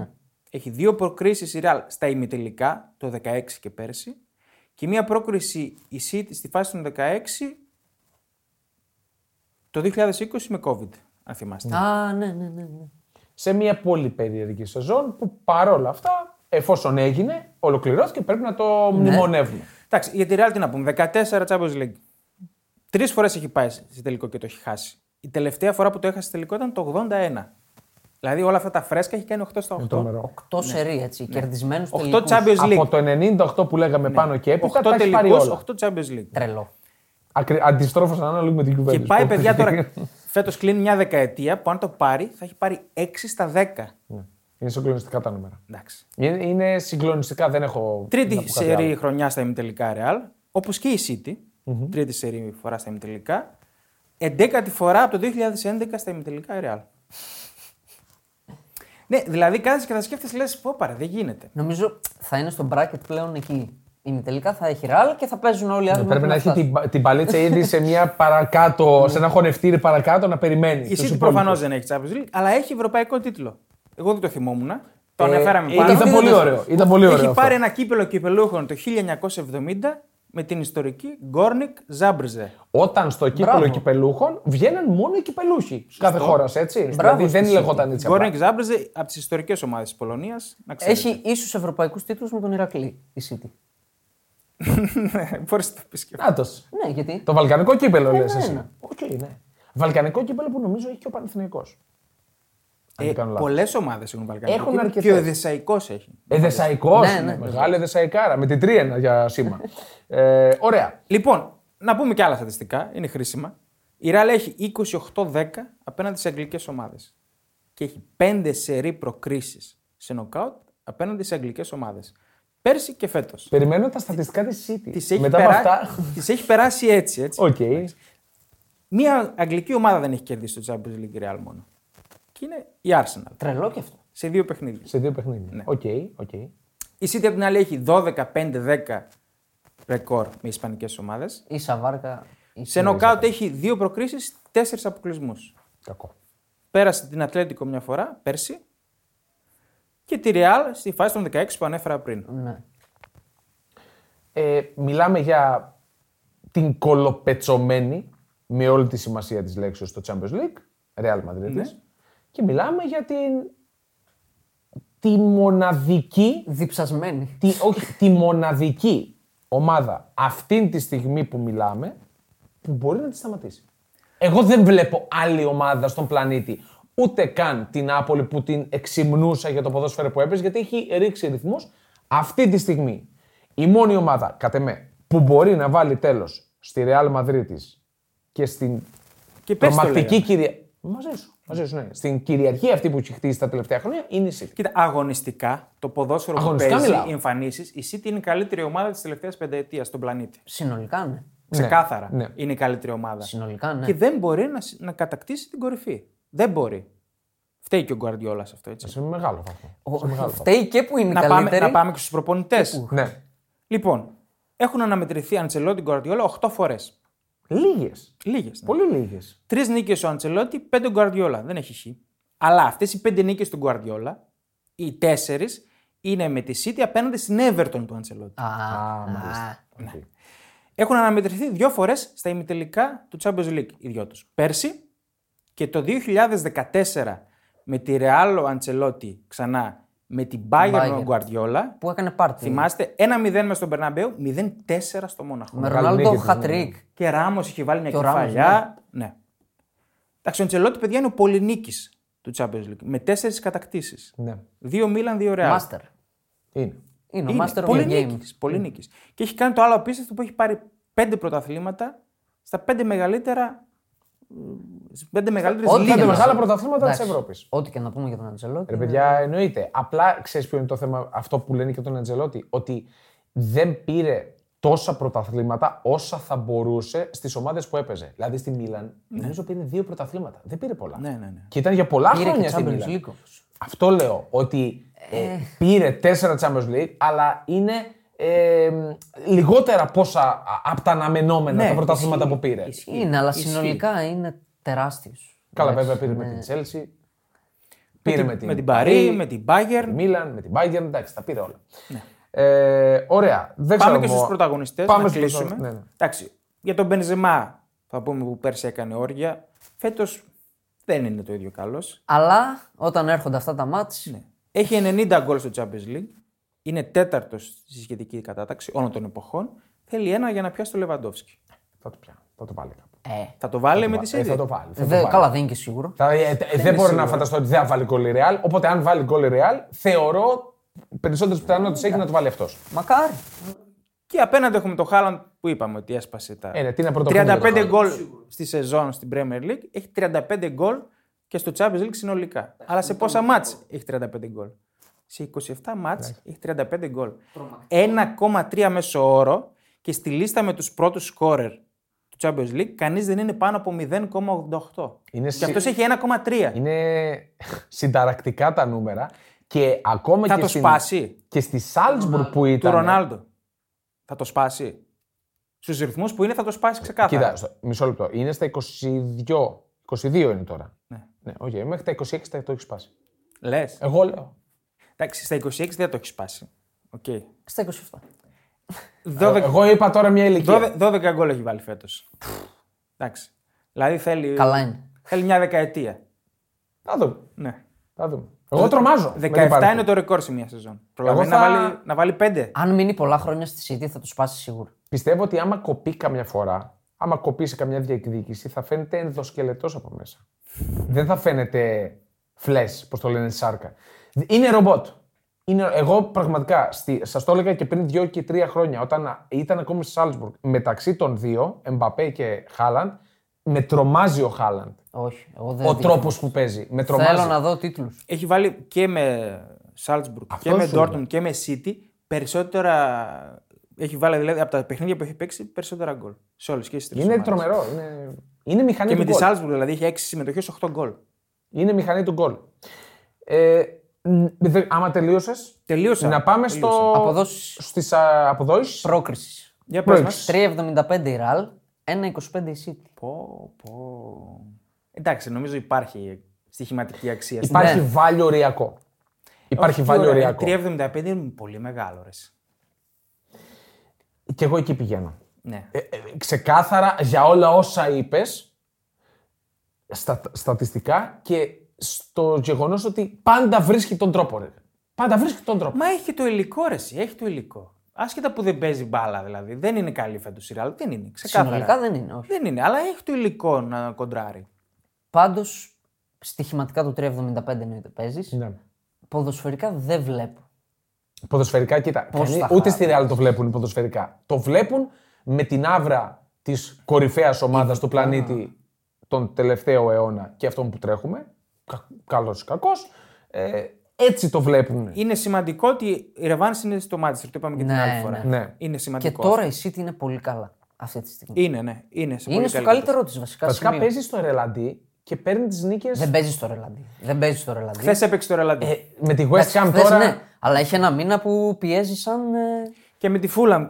Έχει δύο προκρίσεις η Real στα ημιτελικά, το 16 και πέρσι, και μία πρόκριση η City στη φάση των 16 το 2020 με COVID, αν θυμάστε. Α, ναι, ναι, ναι. ναι. Σε μια πολύ περίεργη σεζόν που παρόλα αυτά, εφόσον έγινε, ολοκληρώθηκε πρέπει να το Ναι. μνημονεύουμε. Εντάξει, για τη Real τι να πούμε. 14 Champions League. Τρεις φορές έχει πάει σε τελικό και το έχει χάσει. Η τελευταία φορά που το έχασε σε τελικό ήταν το 81. Δηλαδή όλα αυτά τα φρέσκα έχει κάνει 8 στα 8. Τρομερό. Το σερί, έτσι. Ναι. Κερδισμένους 8 τελικούς. Champions Από League. Ναι. το 98 που λέγαμε πάνω και έπειτα, 8 τα έχει πάρει τελικού, όλα. 8 Champions League. Τρελό. Ακρι... Αντιστρόφως ανάλογη με την Και κυβέρνηση. πάει, παιδιά, τώρα. Φέτος κλείνει μια δεκαετία που αν το πάρει θα έχει πάρει 6 στα 10. Είναι συγκλονιστικά τα νούμερα. Εντάξει. Είναι, είναι συγκλονιστικά, δεν έχω. να πω Τρίτη κάτι σερή άλλο. χρονιά στα ημιτελικά Real, όπως και η City. Τρίτη σερή φορά στα ημιτελικά. Εντέκατη φορά από το 2011 στα ημιτελικά Real. ναι, δηλαδή κάθεσαι και θα σκέφτεσαι, λες, πω παρε, δεν γίνεται. Νομίζω θα είναι στο bracket πλέον εκεί. Είναι τελικά, θα έχει ραλ και θα παίζουν όλοι οι άλλοι. Ναι, Πρέπει μέχρι να έχει φτάσουν. την, πα- την παλίτσα ήδη σε, μια παρακάτω, σε ένα χωνευτήρι παρακάτω να περιμένει. λοιπόν, Η τους City υπόλοιπους. προφανώς δεν έχει Champions League, αλλά έχει ευρωπαϊκό τίτλο. Εγώ δεν το θυμόμουν. Το αναφέραμε ε, πάνω. ήταν πολύ ωραίο, ήταν πολύ ωραίο Έχει αυτό. πάρει ένα κύπελο κυπελούχων το 1970 με την ιστορική Γκόρνικ Ε, Ζάμπριζε. Όταν στο κύπελο Μπράβο. κυπελούχων βγαίναν μόνο οι κυπελούχοι κάθε χώρας, έτσι. δηλαδή δεν λεγόταν έτσι. απλά. Γκόρνικ Ζάμπριζε από τις ιστορικές ομάδες της Πολωνίας. Έχει ίσου ευρωπαϊκούς τίτλους με τον Ηρακλή η City. Μπορείς να το πεις και αυτό. Νάτος. Ναι, γιατί. Το βαλκανικό κύπελο, λε εσύ. ναι. Οκ, ναι. Βαλκανικό κύπελο που νομίζω έχει και ο Πανεθνιακό. Αν Ε, δεν κάνω λάθος. Πολλές ομάδες έχουν βαλκανικό. Έχουν κύπελο αρκετές. Και ο Εδεσαϊκός έχει. Εδεσαϊκός. Ναι, ναι. Ε, Μεγάλη εδεσαϊκάρα. Με την τρίενα για σήμα. ε, ωραία. Λοιπόν, να πούμε και άλλα στατιστικά. Είναι χρήσιμα. Η Ραλ έχει 28-10 απέναντι σε αγγλικές ομάδες. Και έχει 5 σερή προκρίσεις σε νοκάουτ απέναντι σε αγγλικές ομάδες. Πέρσι και φέτος. Περιμένω τα στατιστικά της City. Τι έχει, Μετά από περά- αυτά. τις έχει περάσει έτσι. έτσι. Οκ. Μία αγγλική ομάδα δεν έχει κερδίσει το Champions League η Real μόνο. Και είναι η Arsenal. Τρελό και αυτό. Σε δύο παιχνίδια. Σε δύο Ναι. παιχνίδια. Οκ, οκ. Η City απ' την άλλη έχει 12-5-10 ρεκόρ με ισπανικές ομάδες. Η Σαβάρκα. Η Σε νοκάουτ ναι. έχει δύο προκρίσεις, τέσσερις αποκλεισμούς. Κακό. Πέρασε την Ατλέτικο μια φορά πέρσι και τη Ρεάλ στη φάση των 16 που ανέφερα πριν. Ναι. Ε, μιλάμε για την κολοπετσωμένη με όλη τη σημασία της λέξης στο Champions League, Real Madrid της. και μιλάμε για την τη μοναδική Διψασμένη. τη, όχι, τη μοναδική ομάδα αυτή τη στιγμή που μιλάμε που μπορεί να τη σταματήσει. Εγώ δεν βλέπω άλλη ομάδα στον πλανήτη. Ούτε καν την Άπολη που την εξυμνούσα για το ποδόσφαιρο που έπαιζε, γιατί έχει ρίξει ρυθμούς. Αυτή τη στιγμή η μόνη ομάδα, κατά με, που μπορεί να βάλει τέλος στη Ρεάλ Μαδρίτη και στην Και πέρσι το τρομακτική λέγαμε. κυριαρχία. Μαζί σου. Μαζί σου, ναι. Στην κυριαρχία αυτή που έχει χτίσει τα τελευταία χρόνια είναι η City. Κοίτα, αγωνιστικά το ποδόσφαιρο Αγωνιστικά που παίζει, μιλάω. οι εμφανίσεις, η City είναι η καλύτερη ομάδα της τελευταίας πενταετίας στον πλανήτη. Συνολικά ναι. Ξεκάθαρα ναι. είναι η καλύτερη ομάδα. Συνολικά ναι. Και δεν μπορεί να, συ- να κατακτήσει την κορυφή. Δεν μπορεί. Φταίει και ο Γκουαρδιόλα αυτό έτσι. Σε μεγάλο βαθμό. Ο- Σε μεγάλο βαθμό. Φταίει και που είναι Να πάμε, καλύτερη. να πάμε και στους προπονητές. Ναι. Λοιπόν, έχουν αναμετρηθεί Αντσελότη και Γκουαρδιόλα 8 φορές. Λίγες. Λίγες. Ναι. Πολύ λίγες. Τρεις νίκες ο Αντσελότη, πέντε ο Γκουαρδιόλα. Δεν έχει χ. Αλλά αυτές οι πέντε νίκες του Γκουαρδιόλα, οι τέσσερις, είναι με τη City απέναντι στην Everton του Αντσελότη. Α, Α, α, μάλιστα. Οκ. Έχουν αναμετρηθεί δύο φορές στα ημιτελικά του Champions League οι δυο τους. Πέρσι και το 2014 με τη Real ο Αντσελότη ξανά με την Bayern ο Bayern. Γκουαρδιόλα. που έκανε πάρτι. Θυμάστε 1-0 μες στον Περναμπέου, 0-4 στο Μόναχο. Με Μεγάλη Ρονάλντο νίκη της, ναι. Χατρίκ. Και Ράμο είχε βάλει μια Και ο Ράμος, κεφαλιά. ναι. Εντάξει, ο Αντσελότη, παιδιά, είναι ο πολυνίκης του Champions League. Με τέσσερις κατακτήσεις. Ναι. Δύο Μίλαν, δύο Ρεάλ. Μάστερ. Είναι. Είναι ο Είναι Μάστερ of the Game. πολυνίκης, πολυνίκης. Και έχει κάνει το άλλο απίστευτο που έχει πάρει πέντε πρωταθλήματα στα πέντε μεγαλύτερα. στις Πέντε μεγαλύτερες Ό,τι Λίγα τα μεγάλα μας. πρωταθλήματα της Εντάξει. Ευρώπης. Ό,τι και να πούμε για τον Αντζελότη. Ρε παιδιά, εννοείται. Απλά ξέρεις ποιο είναι το θέμα, αυτό που λένε και τον Αντζελότη, ότι δεν πήρε τόσα πρωταθλήματα όσα θα μπορούσε στις ομάδες που έπαιζε. Δηλαδή στη Μίλαν, νομίζω πήρε δύο πρωταθλήματα. Δεν πήρε πολλά. Ναι, ναι, ναι. Και ήταν για πολλά Πήρε και χρόνια στη Champions Μίλαν. League. όμως. Αυτό λέω. Ότι ε, πήρε τέσσερα Champions League, αλλά είναι ε, λιγότερα πόσα από τα αναμενόμενα Ναι, τα πρωταθλήματα ισχύει, που πήρε. ισχύει. Είναι, αλλά Ισχύει. συνολικά είναι τεράστιος. Καλά, βέβαια πήρε με την Chelsea. Πήρε με την, Με την Παρή, με την Bayern. Μίλαν, με την Bayern, εντάξει, τα πήρε όλα. Ε, ωραία. Δεν Ναι. ξέρω Πάμε και στου εγώ. πρωταγωνιστές. Πάμε Να στους κλείσουμε. πρωταγωνιστές, ναι, ναι. Εντάξει, για τον Μπενζεμά θα πούμε που πέρσι έκανε όρια. Φέτος δεν είναι το ίδιο καλός. Αλλά όταν έρχονται αυτά τα μάτς, Ναι. Έχει 90 γκολ στο Champions League. Είναι τέταρτος στη σχετική κατάταξη όλων των εποχών. Θέλει ένα για να πιάσει το Λεβαντόφσκι. Θα το πιάνω. Θα το βάλει κάπου. ε, Θα το βάλει με Ε, τη θα Σίδη. το βάλει. Θα το δε, βάλει. καλά δεν είναι και σίγουρο. Θα- ε, ε, δεν μπορώ να φανταστώ ότι δεν θα βάλει γκολ η Real. Οπότε, αν βάλει γκολ η Real, θεωρώ περισσότερες πιθανότητες έχει να το βάλει αυτός. Μακάρι. Και απέναντι έχουμε το Χάλαντ που είπαμε ότι έσπασε τα. Ε, ναι, τι να πρωτοπούμε για το 35 Haaland. γκολ στη σεζόν στην Premier League. Έχει 35 γκολ και στο Champions League συνολικά. Αλλά σε πόσα μάτς έχει 35 γκολ. Σε 27 μάτς έχει 35 γκολ. 1,3 μέσο όρο και στη λίστα με τους πρώτους σκόρερ του Champions League κανείς δεν είναι πάνω από 0,88. Είναι και συ- αυτός έχει 1,3. Είναι συνταρακτικά τα νούμερα. Και ακόμα Θα και, το στην- σπάσει και στη Σάλτσμπουργκ που του ήταν. Ρονάλντο. Θα το σπάσει. Στους ρυθμούς που είναι θα το σπάσει ξεκάθαρα. Κοίτα, στο- μισό λεπτό. Είναι στα 22. 22 είναι τώρα. Ναι. Ναι, οκ. Μέχρι τα 26 θα το έχει σπάσει. Λες. Εγώ λέω. Εντάξει, στα 26 δεν το έχεις σπάσει. Ε, Okay. Στα 27. 12, Εγώ είπα τώρα μια ηλικία. 12, 12 γκολ έχει βάλει φέτος. Εντάξει. Δηλαδή θέλει, Ε, Καλά είναι. θέλει μια δεκαετία. Να δούμε. Ναι. Να δούμε. Εγώ τρομάζω. με την 17 Παρίσι. είναι το ρεκόρ σε μια σεζόν. Προλαβαίνει θα- να, βάλει, να βάλει 5. Αν μείνει πολλά χρόνια στη City θα του σπάσει σίγουρα. Πιστεύω ότι άμα κοπεί καμιά φορά, άμα κοπεί σε καμιά διεκδίκηση, θα φαίνεται ενδοσκελετός από μέσα. Δεν θα φαίνεται φλες, πώς το λένε, σάρκα. Είναι ρομπότ. Είναι, εγώ πραγματικά, σας το έλεγα και πριν δύο και τρία χρόνια, όταν ήταν ακόμη στη Σάλτσμπουργκ, μεταξύ των δύο, Εμπαπέ και Χάλαντ, με τρομάζει ο Χάλαντ. Όχι. Εγώ δεν Ο δείχνω. τρόπος που παίζει. Με τρομάζει. Ναι, Θέλω να δω τίτλους. Έχει βάλει και με Σάλτσμπουργκ και Αυτό με σου Ντόρτμουντ και με City περισσότερα. Έχει βάλει δηλαδή από τα παιχνίδια που έχει παίξει περισσότερα γκολ. Σε όλες και στις τρεις. Είναι τρομερό. Είναι, είναι μηχανή Και του με τη γκολ. Σάλτσμπουργκ δηλαδή έχει 6 συμμετοχέ, 8 γκολ. Είναι μηχανή του γκολ. Ε, ν- δε- άμα τελείωσες. Τελείωσα. Να πάμε στο. Αποδόσεις. Στις α, αποδόσεις. Πρόκρισης. Για πες Πρόεξ. μας. 3,75 η Ραλ, 1,25 η City. Πω, πω. Εντάξει, νομίζω υπάρχει στοιχηματική αξία. στην Υπάρχει Ναι. βάλιο οριακό. Υπάρχει Όχι, βάλιο ωραία, οριακό. 3,75 είναι πολύ μεγάλο. Ρε. Και εγώ εκεί πηγαίνω. Ναι. Ε, ε, ξεκάθαρα για όλα όσα είπες, στα, στατιστικά και στο γεγονός ότι πάντα βρίσκει τον τρόπο. Ρε. Πάντα βρίσκει τον τρόπο. Μα έχει και το υλικό, ρε. εσύ, Έχει το υλικό. Άσχετα που δεν παίζει μπάλα δηλαδή. Δεν είναι καλή φέτος η Ρεάλ. Δεν είναι. Ξεκάθαρα. Συνολικά δεν είναι. Όχι. Δεν είναι, αλλά έχει το υλικό να κοντράρει. Πάντως, στοιχηματικά το 3,75 εννοείται παίζεις. Ναι. Ποδοσφαιρικά δεν βλέπω. Ποδοσφαιρικά, κοίτα. Πώς κανεί- τα ούτε στη χάραξες. Real το βλέπουν ποδοσφαιρικά. Το βλέπουν με την άβρα της κορυφαίας ομάδας του πλανήτη τον τελευταίο αιώνα και αυτόν που τρέχουμε. Καλός ή κακός. έτσι το βλέπουν. Είναι σημαντικό ότι η Ρεβάνς είναι στο Μάντσεστερ. Το είπαμε και την Ναι, άλλη φορά. ναι. Ναι. Είναι Και σημαντικό. τώρα η City είναι πολύ καλά αυτή τη στιγμή. Είναι, ναι. Είναι, σε είναι πολύ στο καλή θέση. καλύτερό της βασικά. Βασικά σημείο. παίζει στο ρελαντί και παίρνει τις νίκες Δεν παίζει στο Ρελαντί. Δεν παίζει στο Ρελαντί. Χθες έπαιξε το Ρελαντί. με τη West Ham Χθες, τώρα. ναι, αλλά είχε ένα μήνα που πιέζει σαν. ε, Και με τη Φούλαμ.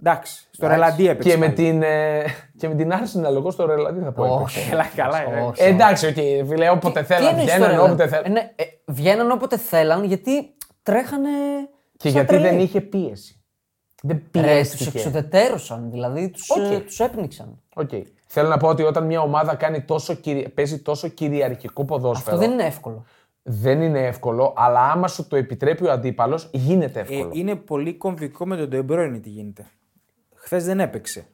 Εντάξει. Στο Ρελαντί έπαιξε. ναι. Και με, πάλι. την, ε, και με την Arsenal, εγώ στο ρελαντί θα πω. έπαιξε. Όχι. Καλά, καλά. ε. Όχι. Ε, εντάξει, οκ, φίλε, όποτε Τι θέλαν. εννοείς στο Βγαίνανε Ρελαντί? όποτε θέλαν. Ε, ναι, ε, βγαίνανε όποτε θέλαν γιατί τρέχανε. Και σαν γιατί τρελοί. δεν είχε πίεση. Δεν Ρε, του πιέστηκε. εξουδετέρωσαν, δηλαδή τους Οκ. τους έπνιξαν. Οκ. Θέλω να πω ότι όταν μια ομάδα κάνει τόσο κυρι- παίζει τόσο κυριαρχικό ποδόσφαιρο, Αυτό δεν είναι εύκολο. δεν είναι εύκολο, αλλά άμα σου το επιτρέπει ο αντίπαλος, γίνεται Ε, εύκολο. είναι πολύ κομβικό με τον Ντεμπρόινι τι γίνεται. Χθες δεν έπαιξε.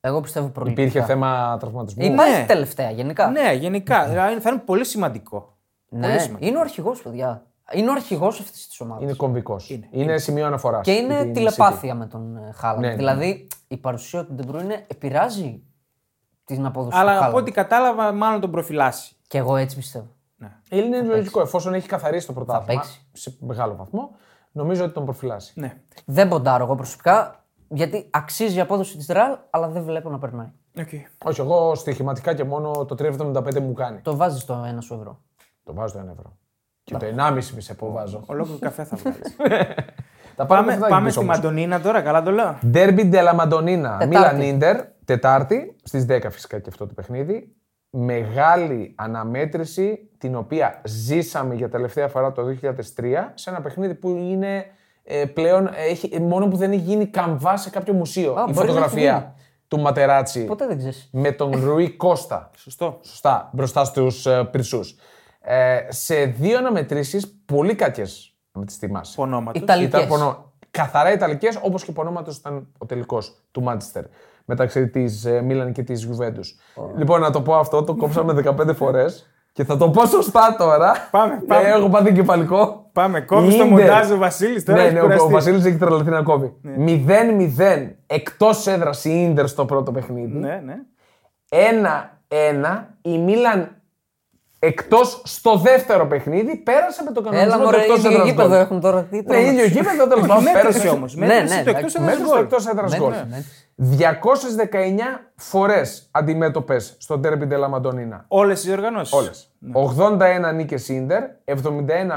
Εγώ πιστεύω προληπτικά. Υπήρχε θέμα τραυματισμού. Υπάρχει Ναι. τελευταία γενικά. Ναι, γενικά. Δηλαδή θα είναι πολύ σημαντικό. Ναι, Πολύ σημαντικό. είναι ο αρχηγός, παιδιά. Είναι ο αρχηγός αυτής της ομάδας. Είναι κομβικός. Είναι, σημείο αναφοράς. Και είναι τηλεπάθεια με τον ε, Χάλαντ. Ναι, ναι. Δηλαδή η παρουσία του Ντεμπρού είναι επηρεάζει την απόδοση του Αλλά Χάλαντ. από ό,τι κατάλαβα, μάλλον τον προφυλάσσει. Και εγώ έτσι πιστεύω. Ε, Είναι λογικό. Εφόσον έχει καθαρίσει το πρωτάθλημα παίξει. σε μεγάλο βαθμό, νομίζω ότι τον προφυλάσσει. Ναι. Δεν ποντάρω εγώ προσωπικά γιατί αξίζει η απόδοση της Ραλ, αλλά δεν βλέπω να περνάει. Okay. Όχι, εγώ στοιχηματικά και μόνο το 3,75 μου κάνει. Το βάζεις το ένα σου ευρώ. Το βάζω το 1 ευρώ. Και το 1,5 μη σε αποβάζω. Ολόκληρο καφέ θα βγάλεις. Τα πάμε πάμε στη Μαντονίνα τώρα, καλά το λέω. Ντέρμπι Ντελαμαντονίνα. Μίλαν Τετάρτη. Ιντερ, Τετάρτη, στις 10 φυσικά και αυτό το παιχνίδι. Μεγάλη αναμέτρηση την οποία ζήσαμε για τελευταία φορά το 2003 σε ένα παιχνίδι που είναι ε, πλέον. Έχει, ε, μόνο που δεν έχει γίνει καμβά σε κάποιο μουσείο. μπορεί Η να έχει γίνει. φωτογραφία του Ματεράτσι Ποτέ δεν ξέρεις. με τον Ρουί Κώστα. Σωστό. Σωστά, μπροστά στους ε, πυρσούς. Ε, σε δύο αναμετρήσεις πολύ κακές, να τις θυμάσαι. Που ονόματος. Ιταλικές. Ήταν πονό. Καθαρά Ιταλικές, όπως και πονόματος ήταν ο τελικός του Μάντσεστερ μεταξύ της Μίλαν και της Γιουβέντους. Λοιπόν, να το πω αυτό, το κόψαμε 15 φορές και θα το πω σωστά τώρα. Πάμε, πάμε. Ε, έχω πάθει κεφαλικό. Πάμε, κόβεις το Ίντερ. μοντάζ ο Βασίλης τώρα. Ναι, έχει ναι, ο- ο κουραστεί. Ναι. Βασίλης έχει τρελαθεί να κόβει. 0-0 εκτός έδρας η ντερ στο πρώτο παιχνίδι. Ναι, ναι. 1-1 η Μίλαν εκτός στο δεύτερο παιχνίδι πέρασε με το Έλα κανονισμό του μωρέ, εκτός ίδιο έδρας γήπεδο γκολ. έχουν τώρα. Τι Ναι, τρώνε. ίδιο γήπεδο τέλο πάντων. Μέτρησε Πέρασε όμως. Ναι, Μέτρησε ναι, το εντάξει. εκτό Μέτρησε το έδρα γκολ. εκτός έδρας Ναι, γκολ. ναι, ναι. 219 φορές αντιμέτωπες στο τέρμπι Ντελαμαντονίνα. Όλες οι οργανώσεις. Όλες. Ναι. 81 νίκες ίντερ, 71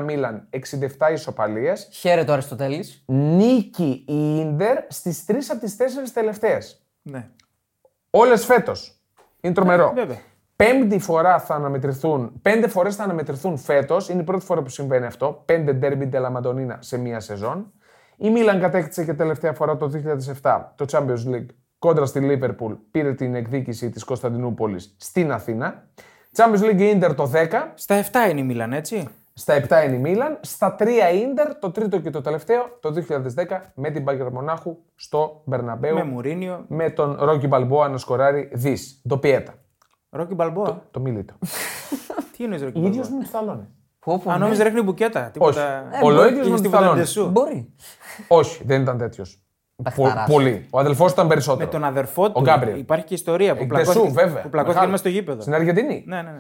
Μίλαν, 67 ισοπαλίε. Χαίρετο Αριστοτέλης. Νίκη η ίντερ στις 3 από τις 4 τελευταίες. Ναι. Όλες φέτος. Είναι τρομερό. Ε, βέβαια. Πέμπτη φορά θα αναμετρηθούν, πέντε φορές θα αναμετρηθούν φέτος. Είναι η πρώτη φορά που συμβαίνει αυτό. Πέντε ντέρμπι Ντελαμαντονίνα σε μία σεζόν. Η Μίλαν κατέκτησε και τελευταία φορά το 2007 το Champions League κόντρα στη Λίβερπουλ. Πήρε την εκδίκηση της Κωνσταντινούπολης στην Αθήνα. Champions League η Ίντερ το 10, Στα 7 είναι η Μίλαν, έτσι. στα 7 είναι η Μίλαν, στα 3 Ίντερ, το τρίτο και το τελευταίο το 2010 με την Μπάγκερ Μονάχου στο Μπερναμπέου Με με, Μουρίνιο, τον Ρόκι Μπαλμπόα να σκοράρει δις. Το πιέτα. Ρόκι Μπαλμπόα. Το Μιλίτο. Τι είναι Ρόκι ίδιο Μπαλμπόα. μου του θαλώνει. Που, που, Αν ναι. νόμιζες ρίχνει μπουκέτα. Τίποτα. Ο Λόιτιος Είσαι μου τη τίποτα θαλώνει. ντεσού. Μπορεί. Όχι, δεν ήταν τέτοιος. Μπαχταράς. Πολύ. Ο αδελφός ήταν περισσότερο. Με τον αδερφό του. Γκάμπριελ. Υπάρχει και ιστορία που Εκ πλακώθηκε. δεσού, βέβαια. Που πλακώθηκε Μεγάλο. μέσα στο γήπεδο. Στην Αργεντινή. Ναι, ναι, ναι.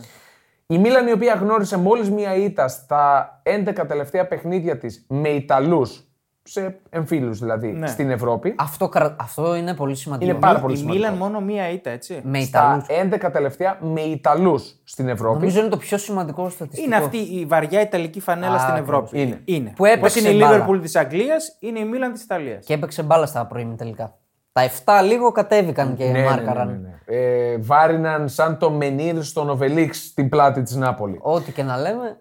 Η Μίλαν, η οποία γνώρισε μόλις μία ήττα στα 11 τελευταία παιχνίδια της με Ιταλούς, σε εμφύλους δηλαδή, Ναι. στην Ευρώπη. Αυτό, κρα- αυτό είναι πολύ σημαντικό. Είναι πάρα πολύ Η σημαντικό. Ναι. Μίλαν μόνο μία ήττα, έτσι. Με Ιταλού. Στα 11 τελευταία με Ιταλούς στην Ευρώπη. Νομίζω είναι το πιο σημαντικό στατιστικό. Είναι αυτή η βαριά ιταλική φανέλα Α, στην ακριβώς. Ευρώπη. Είναι. είναι. Που έπαιξε Πώς είναι η μπάλα. Λίβερπουλ της Αγγλίας, είναι η Μίλαν της Ιταλίας. Και έπαιξε μπάλα στα πρωί τελικά. Τα 7 λίγο κατέβηκαν και Ναι, ναι, ναι, μάρκαραν. ναι, ναι. Ε, βάριναν σαν το Μενίρ στον Οβελίξ στην πλάτη της Νάπολη. Ό,τι και να λέμε.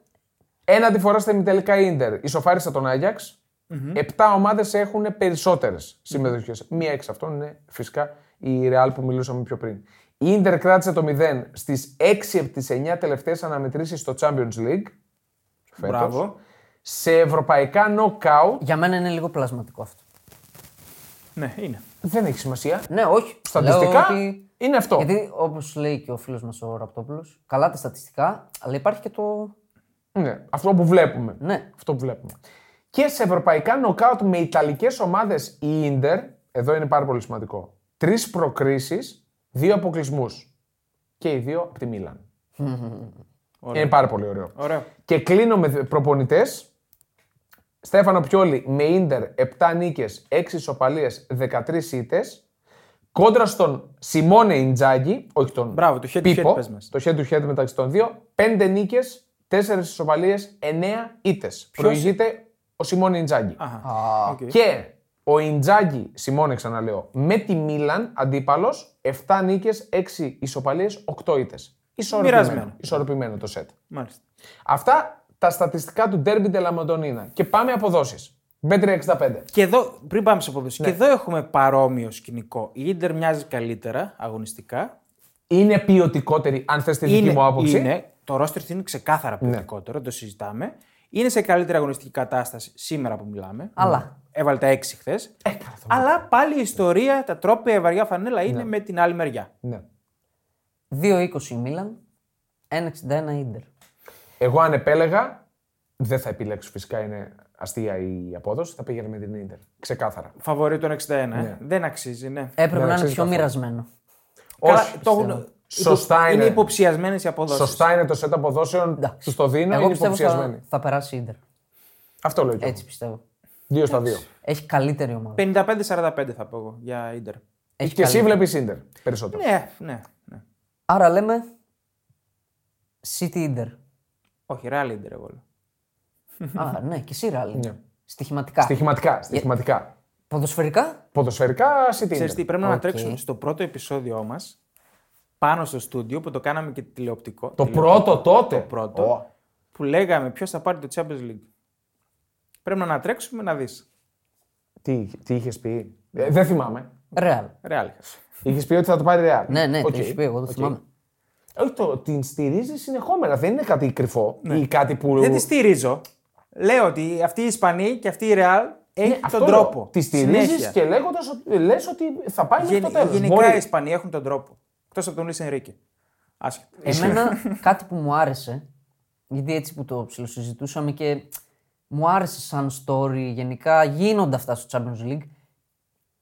Έναντι φοράς στα ημιτελικά Ίντερ. Ισοφάρισα τον αγιαξ Επτά ομάδες έχουν περισσότερες Μία εξ αυτών είναι φυσικά η Ρεάλ που μιλούσαμε πιο πριν. Η Ίντερ κράτησε το 0 στι 6 από τις 9 τελευταίες αναμετρήσεις στο Champions League. φέτος. Μπράβο. Σε ευρωπαϊκά knockout Για μένα είναι λίγο πλασματικό αυτό. Ναι, είναι. Δεν έχει σημασία. Ναι, όχι. Στατιστικά Λέω ότι- είναι αυτό. Γιατί όπως λέει και ο φίλος μας ο Ραπτόπουλος, καλά τα στατιστικά, αλλά υπάρχει και το. Ναι, αυτό που βλέπουμε. Ναι. Αυτό που βλέπουμε. Και σε ευρωπαϊκά νοκάουτ με ιταλικές ομάδες η Ίντερ, εδώ είναι πάρα πολύ σημαντικό, τρεις προκρίσεις, δύο αποκλεισμούς. Και οι δύο από τη Μίλαν. Ωραία. Είναι πάρα πολύ ωραίο. Ωραίο. Και κλείνω με προπονητές. Στέφανο Πιόλη με ίντερ 7 νίκε, 6 ισοπαλίε, 13 ήττες. Κόντρα στον Σιμώνε Ιντζάγκη, όχι τον Μπράβο, το head to head Πίπο, πες μας. Το head to head μεταξύ των δύο. 5 νίκε, 4 ισοπαλίε, 9 ήττε. Προηγείται ο Σιμώνε Ιντζάγκη. Αχα. Οκ. Και ο Ιντζάγκη, Σιμώνε ξαναλέω, με τη Μίλαν αντίπαλος 7 νίκε, 6 ισοπαλίε, 8 ήττες. Ισορροπημένο, Μοιρασμένο. ισορροπημένο το σετ. Μάλιστα. Αυτά τα στατιστικά του Derby de la Madonnina. Και πάμε αποδόσεις. B365. Και εδώ, πριν πάμε σε απόδοση, και εδώ έχουμε παρόμοιο σκηνικό. Η Ιντερ μοιάζει καλύτερα αγωνιστικά. Είναι ποιοτικότερη, αν θες τη δική μου άποψη. είναι, το ρόστερ της είναι ξεκάθαρα ποιοτικότερο, το συζητάμε. Είναι σε καλύτερη αγωνιστική κατάσταση σήμερα που μιλάμε. Αλλά. Έβαλε τα έξι χθες. Αλλά πάλι η ιστορία, τα τρόπια, η βαριά φανέλα είναι με την άλλη μεριά. Ναι. 2-20 η Μίλαν, 1-61 η Ιντερ. Εγώ αν επέλεγα, δεν θα επιλέξω φυσικά, είναι αστεία η απόδοση, θα πήγαινα με την Ίντερ. Ξεκάθαρα. Φαβορεί τον 61. ε. Δεν αξίζει, ναι. Έπρεπε Ναι, να είναι αξίζει πιο αυτό. μοιρασμένο. Καλά, Όχι, το έχουν- πιστεύω. υπο- Σωστά είναι. είναι. υποψιασμένες οι αποδόσεις. Σωστά είναι το σετ αποδόσεων, τους το δίνω, Εγώ είναι πιστεύω υποψιασμένοι. θα, θα περάσει η Ιντερ. Αυτό λέω κι εγώ. Έτσι πιστεύω. Δύο στα δύο. Έχει καλύτερη ομάδα. 55-45 θα πω εγώ για Ιντερ. Έχει Και εσύ καλύτερη. βλέπεις Ίντερ περισσότερο. Ναι, ναι, ναι. Άρα λέμε City Ιντερ. Όχι, ράλι Ιντερ εγώ λέω. Α, ναι, και εσύ ράλι. Ναι. Στοιχηματικά. Ε- Στοιχηματικά. στοιχηματικά. Ποδοσφαιρικά. Ποδοσφαιρικά, City Ξέρεις τι, Ίντερ. πρέπει να Οκ. ανατρέξουμε στο πρώτο επεισόδιό μας πάνω στο στούντιο που το κάναμε και τηλεοπτικό. Το τηλεοπτικό, πρώτο τότε. Το πρώτο. Ω. Που λέγαμε ποιος θα πάρει το Champions League. Πρέπει να ανατρέξουμε να δεις. Τι, τι είχες πει. Ε, δεν θυμάμαι. Ρεάλ. Ρεάλι. Είχες πει ότι θα το πάρει Real. Ναι, ναι, Οκ. το έχει πει, εγώ το Οκ. θυμάμαι. Όχι, το, την στηρίζεις συνεχόμενα. Δεν είναι κάτι κρυφό ή κάτι που. Ναι. Δεν τη στηρίζω. Λέω ότι αυτή η Ισπανή και αυτή η Ρεάλ έχει Ναι, Αυτό τον λέω. τρόπο. Τη στηρίζεις Συνέχεια. και λέγοντας ότι λες ότι θα πάει μέχρι Γεν- το τέλος. γενικά οι Ισπανοί έχουν τον τρόπο. Εκτός από τον Λουίς Ενρίκε. Άσχετα. Εμένα κάτι που μου άρεσε, γιατί έτσι που το ψιλοσυζητούσαμε και μου άρεσε σαν story, γενικά γίνονται αυτά στο Champions League,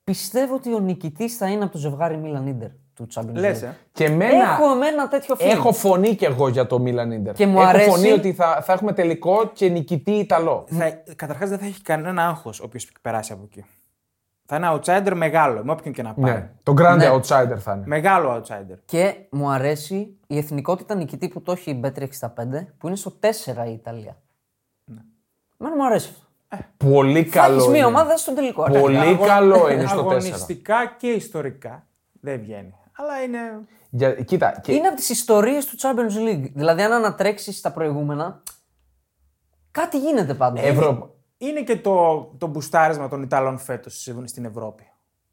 πιστεύω ότι ο νικητής θα είναι από το ζευγάρι Milan Inter του Champions Λες, League. ε. Και εμένα. Έχω Έχω... εμένα τέτοιο feeling. φωνή κι εγώ για το Milan Inter. Και μου Έχω αρέσει- φωνή ότι θα, θα έχουμε τελικό και νικητή Ιταλό. θα, καταρχάς δεν θα έχει κανένα άγχος όποιος περάσει από εκεί. Θα είναι outsider μεγάλο, με όποιον και να πάει. Ναι. Το grande outsider θα είναι. Μεγάλο outsider. Και μου αρέσει η εθνικότητα νικητή που το έχει η B365, που είναι στο 4 η Ιταλία. Ναι. Εμένα μου αρέσει αυτό. Πολύ Θα έχεις καλό. μία είναι. ομάδα στον τελικό. Ναι. αρχικά. Πολύ Αγων- καλό είναι στο 4. Αγωνιστικά και ιστορικά δεν βγαίνει. Αλλά είναι. Για... Κοίτα, και Είναι από τις ιστορίες του Champions League. Δηλαδή, αν ανατρέξεις τα προηγούμενα, κάτι γίνεται πάντα. Ευρω... Είναι και το, το μπουστάρισμα των Ιταλών φέτος στην Ευρώπη.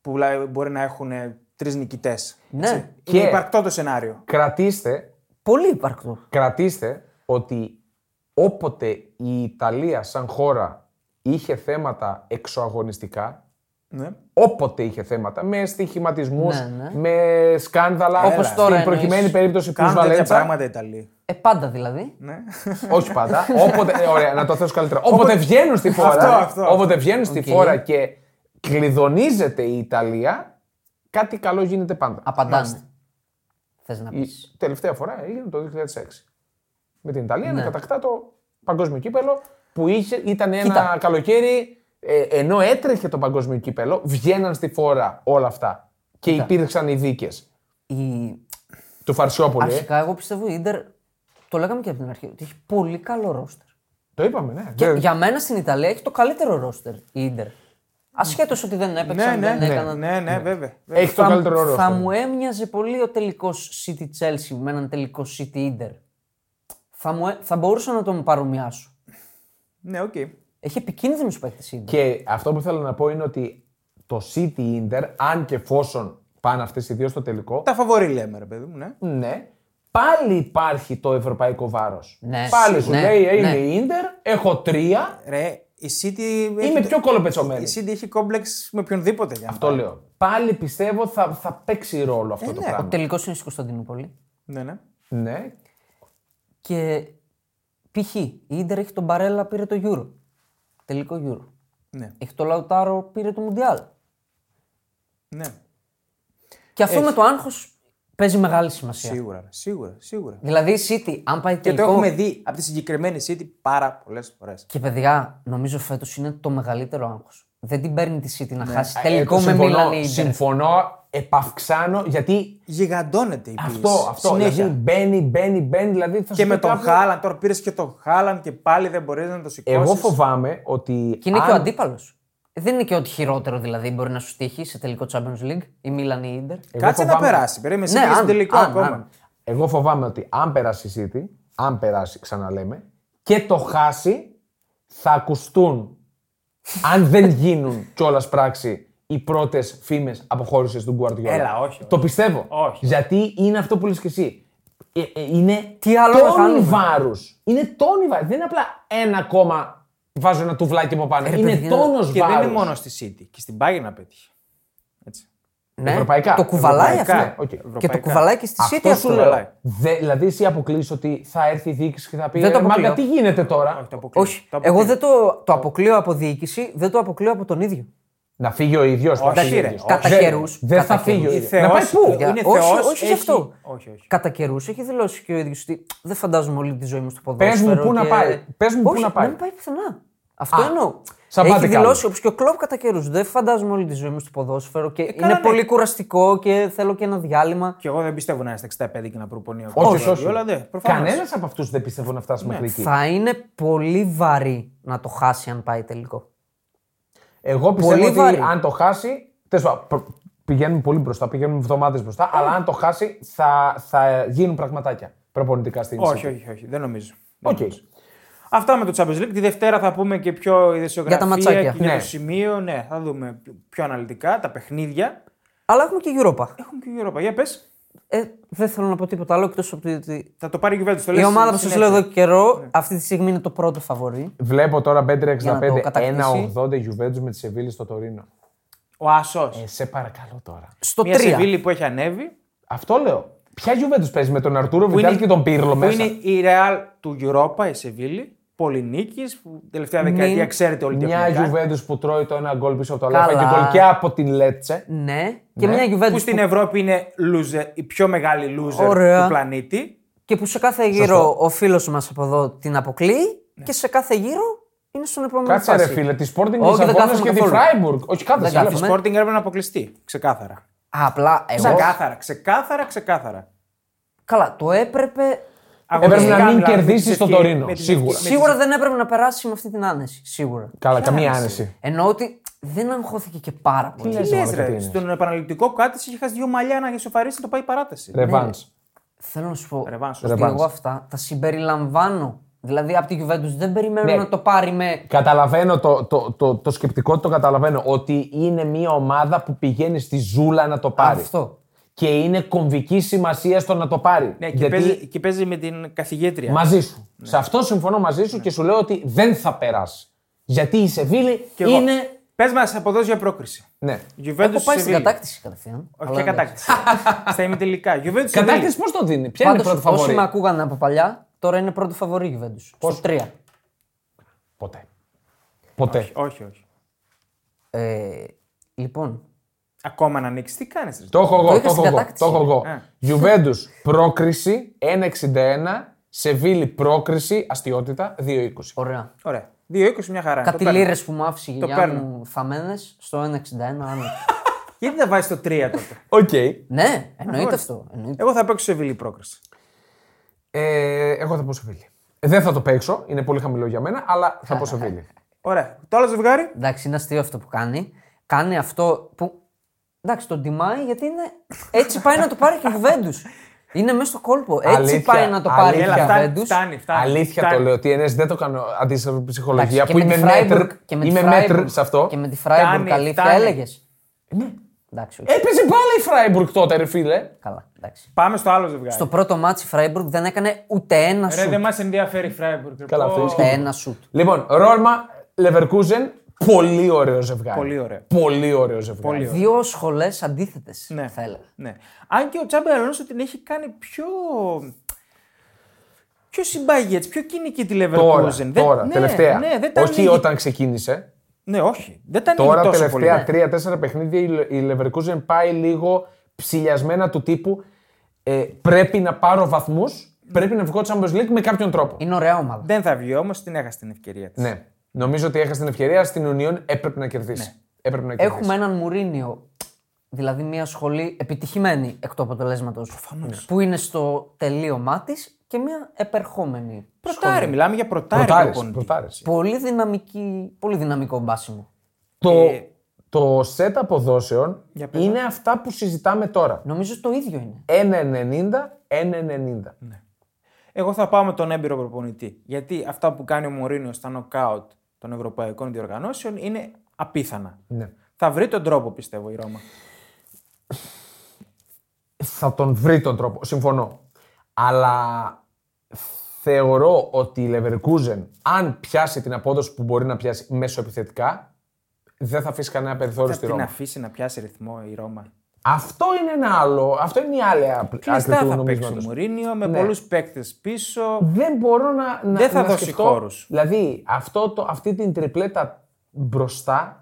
Που λα- μπορεί να έχουν ε, τρεις νικητές. Ναι, Και- Είναι υπαρκτό το σενάριο. κρατήστε πολύ υπαρκτό. κρατήστε ότι όποτε η Ιταλία σαν χώρα είχε θέματα εξωαγωνιστικά, Ναι. όποτε είχε θέματα, με στοιχηματισμούς, Ναι, ναι. με σκάνδαλα, Όπως στην τώρα προκειμένη εννοείς. περίπτωση που Κάνουν τέτοια Βαλέντσα, πράγματα οι Ιταλοί. Ε, πάντα δηλαδή. Ναι. όχι πάντα, όποτε, ε, ωραία, να το θέσω καλύτερα, όποτε βγαίνουν στη φόρα, Αυτό, αυτό. όποτε βγαίνουν στη Οκ. φόρα και κλειδονίζεται η Ιταλία, κάτι καλό γίνεται πάντα. Απαντάνε. Θες να Η πεις. τελευταία φορά έγινε το 2006. Με την Ιταλία Ναι. να κατακτά το παγκόσμιο κύπελο που είχε, ήταν ένα Κοίτα. καλοκαίρι ε, ενώ έτρεχε το παγκόσμιο κύπελο, βγαίναν στη φόρα όλα αυτά. Και υπήρξαν οι δίκες Η... του Φαρσιόπουλου. ε. Αρχικά, εγώ πιστεύω η Ιντερ, το λέγαμε και από την αρχή, ότι έχει πολύ καλό ρόστερ. Το είπαμε, ναι. Και Δεν- για μένα στην Ιταλία έχει το καλύτερο ρόστερ η Ιντερ. Ασχέτως ότι δεν Ναι, έπαιξαν, ναι, δεν ναι, έκαναν. ναι, ναι, βέβαια. βέβαια. Έχει το Θα, καλύτερο ρόλο. θα αυτό. μου έμοιαζε πολύ ο τελικός City Chelsea με έναν τελικό City Inter. Θα, μου, έ- θα μπορούσα να τον παρομοιάσω. Ναι, οκ. Έχει επικίνδυνους παίκτες η Inter. Και αυτό που θέλω να πω είναι ότι το City Inter, αν και φόσον πάνε αυτές οι δύο στο τελικό, Τα φαβορή λέμε, ρε παιδί μου, ναι. ναι, πάλι υπάρχει το ευρωπαϊκό βάρος. Ναι, πάλι σου ναι, λέει, «Ε, είναι ναι. η Inter, έχω τρία, Ρε, Η City Είναι έχει... πιο κολοπετσωμένη. Η City έχει κόμπλεξ με οποιονδήποτε. Για να Αυτό πάρει. λέω. Πάλι πιστεύω θα, θα παίξει ρόλο αυτό Ε, το ναι. πράγμα. Τελικώ είναι στην Κωνσταντινούπολη. Ναι, ναι. Ναι. Και π.χ. η Ιντερ έχει τον Μπαρέλα, πήρε το Euro. Τελικό Euro. ναι. Έχει το Λαουτάρο, πήρε το Μουντιάλ. ναι. Και αυτό με το άγχος παίζει μεγάλη σημασία. Σίγουρα, σίγουρα, σίγουρα. Δηλαδή η City, αν πάει Και το τελικό. έχουμε δει από τη συγκεκριμένη City πάρα πολλές φορές. Και παιδιά, νομίζω φέτος είναι το μεγαλύτερο άγχος. Δεν την παίρνει τη City να χάσει Ε, το τελικό με συμφωνώ, Μίλαν ή Ιντερ. Συμφωνώ, επαυξάνω, γιατί Γιγαντώνεται η πίεση. αυτό, αυτό Συνέχεια. δηλαδή μπαίνει, μπαίνει, μπαίνει, δηλαδή θα σου Και πω με τον κάπου- Χάλαν, τώρα πήρες και τον Χάλαν και πάλι δεν μπορείς να το σηκώσεις. Εγώ φοβάμαι ότι. Και είναι αν- και ο αντίπαλος. Δεν είναι και ό,τι χειρότερο δηλαδή μπορεί να σου τύχει σε τελικό Champions League η Μίλαν ή η Ιντερ. εγώ Κάτσε να φοβάμαι- περάσει. Περίμενε Ναι, ναι, αν- στην τελικό αν- ακόμα. αν. Εγώ φοβάμαι ότι αν περάσει η City, αν περάσει, ξαναλέμε, και το χάσει, θα ακουστούν, αν δεν γίνουν κιόλας πράξη, οι πρώτες φήμες αποχώρηση του Guardiola. Έλα, όχι, όχι. Το πιστεύω. Όχι. Γιατί είναι αυτό που λες και εσύ. Ε, ε, είναι Τι άλλο να τόνι κάνουμε. βάρους. Είναι τόνι βάρους. Δεν είναι απλά ένα ακόμα. Βάζω ένα τουβλάκι από πάνω. Ε, ρε, είναι παιδιά, τόνος βάρου. Και δεν είναι μόνο στη City. Και στην Bayern να πετύχει. Έτσι. Ναι, Ε, Ευρωπαϊκά. Το κουβαλάει Ευρωπαϊκά, αυτό. οκ. Και το Ευρωπαϊκά. κουβαλάει και στη City Αυτό αυτό. σου βαλάει. λέω. Δε, δηλαδή, εσύ αποκλείεις ότι θα έρθει η διοίκηση και θα πει Δεν το «Ε, Μάγκα, αποκλείω. τι γίνεται τώρα. Όχι, το αποκλείω. Όχι. Το αποκλείω. Εγώ δεν το, το αποκλείω από διοίκηση, δεν το αποκλείω από τον ίδιο. Να φύγει ο ίδιος. Όχι, ρε, Κατά καιρούς, Δεν κατά θα φύγει ο καιρούς. ίδιος. Θεός, Να πάει πού. παιδιά. Είναι όχι, θεός, όχι σε έχει- αυτό. όχι, όχι. Κατά καιρούς έχει δηλώσει και ο ίδιος ότι δεν φαντάζομαι όλη τη ζωή μου στο Πες ποδόσφαιρο. μου πού να και- πάει. Πες μου πού όχι, να πάει. Δεν πάει πουθενά. Αυτό Α, εννοώ. σαν πάτε έχει κάπου. δηλώσει όπως και ο Κλοπ κατά καιρούς. Δεν φαντάζομαι όλη τη ζωή μου στο ποδόσφαιρο Ε, και είναι καλά, ναι. πολύ κουραστικό και θέλω και ένα διάλειμμα. Και εγώ δεν πιστεύω να είναι στα 65 και να προπονεί ο Όχι, Guardiola, όχι. δεν, προφανώς. Κανένας από αυτούς δεν πιστεύω να φτάσει μέχρι εκεί. ναι, Θα είναι πολύ βαρύ να το χάσει αν πάει τελικό. Εγώ πιστεύω Πολύ ότι βαρύ. αν το χάσει. τέλος πάντων, προ- Πηγαίνουμε πολύ μπροστά, πηγαίνουμε εβδομάδε Ε. μπροστά. Αλλά αν το χάσει, θα, θα γίνουν πραγματάκια προπονητικά στην Όχι, City. όχι, όχι, δεν νομίζω. Οκ. Αυτά με το Champions League. Τη Δευτέρα θα πούμε και πιο Για τα ειδησιογραφία ματσάκια. και για Ναι. το σημείο. Ναι, θα δούμε πιο αναλυτικά τα παιχνίδια. Αλλά έχουμε και Europa. Έχουν και η Europa. Για πες, Ε, δεν θέλω να πω τίποτα άλλο εκτός από ότι θα το πάρει η Juventus. Το η λες ομάδα που σα συνέχεια. Ναι. λέω εδώ και καιρό αυτή τη στιγμή είναι το πρώτο φαβορή. Βλέπω τώρα Για να το 5-65, κατακτήσει. 1-80 Juventus με τη Σεβίλη στο Τωρίνο. Ο Άσος. Ε, σε παρακαλώ τώρα. Στο Μια 3. Σεβίλη που έχει ανέβει. Αυτό λέω. Ποια Juventus παίζει με τον Αρτούρο Βιντάλ και τον Πύρλο που μέσα. είναι η Real του Europa, η Σεβίλη. Πολυνίκης, που Ναι. τελευταία δεκαετία ξέρετε όλοι τι Μια έχουν κάνει. Juventus που τρώει το ένα γκολ πίσω από το Καλά. άλλο και γκολ και από την Λέτσε. Ναι, και μια Juventus Που στην Ε- Ευρώπη είναι loser, η πιο μεγάλη loser Ωραία. του πλανήτη. Και που σε κάθε γύρο ο φίλος μας από εδώ την αποκλείει Ναι. και σε κάθε γύρο είναι στον επόμενο Κάτσε ρε φάση. φίλε, τη Sporting Όχι, δεν Λισαβόνας κάθομαι και τη καθόλου. Freiburg. Όχι, κάτσε. Δεν έλα. Η κάθομαι. Sporting έπρεπε να αποκλειστεί. Ξεκάθαρα. Α, απλά εγώ. Ξεκάθαρα, ξεκάθαρα, ξεκάθαρα. Καλά, το έπρεπε. Έπρεπε Αγωνιστικά, να μην δηλαδή, κερδίσεις με τις τον ευκαι- Τωρίνο. με τις Σίγουρα. ευκαι- Σίγουρα δεν έπρεπε να περάσει με αυτή την άνεση. Σίγουρα. Καλά, καμία άνεση. Εννοώ ότι δεν αγχώθηκε και πάρα πολύ. λες, Τι λες, Μαλάκα, τι ρε, είναι. στον επαναληπτικό κάτι είχε χάσει δύο μαλλιά να ισοφαρίσει να το πάει παράταση. Ρεβάν. Θέλω να σου πω Ρεβάνς, ότι ρεβάνς. εγώ αυτά τα συμπεριλαμβάνω. Δηλαδή από τη Juventus δεν περιμένω Ναι. να το πάρει με. Καταλαβαίνω το, το, το, το σκεπτικό, το καταλαβαίνω. Ότι είναι μια ομάδα που πηγαίνει στη ζούλα να το πάρει. Αυτό. Και είναι κομβική σημασία στο να το πάρει. Ναι, και, Γιατί παίζει, και παίζει με την καθηγήτρια. Μαζί σου. Ναι. Σε αυτό συμφωνώ μαζί σου και σου λέω ότι δεν θα περάσει. Γιατί η Σεβίλη Και εγώ. είναι. Πες μας από εδώ για πρόκριση. Ναι. Juventus Έχω πάει στην Sevilla. κατάκτηση κατευθείαν. Όχι, αλλά ποια εντάξει. κατάκτηση. Στα ημιτελικά. Juventus Κατάκτηση πώς το δίνει, Ποια είναι η Πάντως, πρώτη όσοι φαβορή. με ακούγανε από παλιά, τώρα είναι πρώτο φαβορή η Juventus. Στο 3. Ποτέ. Ποτέ. Sevilla. Όχι, όχι. Ε, λοιπόν, Ακόμα να ανοίξεις. Τι κάνεις, ρε. Το έχω εγώ. είχα Το έχω στην εγώ. κατάκτηση. Το έχω εγώ. Ε. Juventus πρόκριση 1,61. Σεβίλη πρόκριση αστιότητα 2,20. ωραία. Ωραία. 2-20 μια χαρά. Κάτι Ε, Το παίρνω. λίρες που μου άφησε η γιαγιά παίρνω. μου θαμμένε στο 1,61 άνω. Γιατί δεν βάζεις το 3 τότε. Οκ. ναι, εννοείται Ωραία. αυτό. Εννοείται. Εγώ θα παίξω σε βιλή πρόκριση. Ε, εγώ θα πω Σεβίλη. Δεν θα το παίξω, είναι πολύ χαμηλό για μένα, αλλά θα πω Σεβίλη. Ωραία. Το άλλο ζευγάρι. Εντάξει, είναι αστείο αυτό που κάνει. Κάνει αυτό που. Εντάξει, τον τιμάει γιατί είναι. Έτσι πάει να το πάρει και η Juventus. Είναι μέσα στο κόλπο. Έτσι Αλήθεια, πάει να το πάρει αλήθεια. και Έλα, η φτάνει, Juventus. φτάνει, φτάνει. Αλήθεια Φτάνει. το λέω ότι ενέ δεν το κάνω αντίστοιχα ψυχολογία Εντάξει, που είμαι τη μέτρ, Freiburg- και με τη είμαι Freiburg- μέτρ σε αυτό. Και με τη Freiburg Φτάνει, καλή θα φτάνει. έλεγες. Ναι. Εντάξει, οκ, Έπαιζε πάλι η Φράιμπουργκ τότε, ρε φίλε. καλά. Εντάξει. Πάμε στο άλλο ζευγάρι. Στο πρώτο μάτι η Freiburg δεν έκανε ούτε ένα Ρε, σουτ. δεν μας ενδιαφέρει η Freiburg. Καλά, αυτό Πω, ισχύει. Ούτε ένα σουτ. Λοιπόν, Ρώμα Λεβερκούζεν, πολύ ωραίο ζευγάρι. Πολύ ωραίο. Πολύ ωραίο ζευγάρι. Πολύ Δύο σχολές αντίθετες, Ναι. θα έλεγα. Ναι. Αν και ο Τσάμπερ Αλόνσο την έχει κάνει πιο. πιο συμπαγή, έτσι, πιο κοινική τη Τώρα, Leverkusen. Δεν- τώρα ναι, τελευταία. Ναι, δεν τα Όχι ανοίγει- όταν ξεκίνησε. Ναι, όχι. Δεν τα ανοίγει Τώρα τόσο πολύ. ναι. τελευταία τρία-τέσσερα παιχνίδια η Λε- η Leverkusen πάει λίγο ψηλιασμένα του τύπου ε, πρέπει να πάρω βαθμούς, πρέπει να βγω Champions League με κάποιον τρόπο. Είναι ωραία ομάδα. Δεν θα βγει όμως, την έχασε την ευκαιρία της. Ναι. Νομίζω ότι έχασες την ευκαιρία στην Union έπρεπε να κερδίσεις. Ναι. Έπρεπε να κερδίσεις. Έχουμε έναν Μουρίνιο, δηλαδή μια σχολή επιτυχημένη εκ του αποτελέσματο. Που είναι στο τελείωμά της και μια επερχόμενη. Ναι. Πρωτάρι, μιλάμε για πρωτάρι. Πρωτάρες, προπονητή. πρωτάρες. Πολύ, δυναμική, πολύ δυναμικό μπάσιμο. Το, Ε, το set αποδόσεων Για πες. ναι. είναι αυτά που συζητάμε τώρα. Νομίζω το ίδιο είναι. 1,90, 1,90. Ναι. Εγώ θα πάω με τον έμπειρο προπονητή. Γιατί αυτά που κάνει ο Μωρίνιο στα νοκάουτ των ευρωπαϊκών διοργανώσεων είναι απίθανα. Ναι. Θα βρει τον τρόπο, πιστεύω, η Ρώμα. θα τον βρει τον τρόπο. Συμφωνώ. Αλλά θεωρώ ότι η Leverkusen, αν πιάσει την απόδοση που μπορεί να πιάσει μέσω επιθετικά, δεν θα αφήσει κανένα περιθώριο Θα στη την Ρώμη. αφήσει να πιάσει ρυθμό η Ρώμα. Αυτό είναι ένα άλλο. Αυτό είναι η άλλη άκρη Κλειστά του θα παίξει ο νομίσματος. Μουρίνιο, με Ναι. πολλούς πολλού παίκτες πίσω. Δεν μπορώ να. να Δεν θα να δώσει σκεφτώ- χώρους. Δηλαδή, αυτό το, αυτή την τριπλέτα μπροστά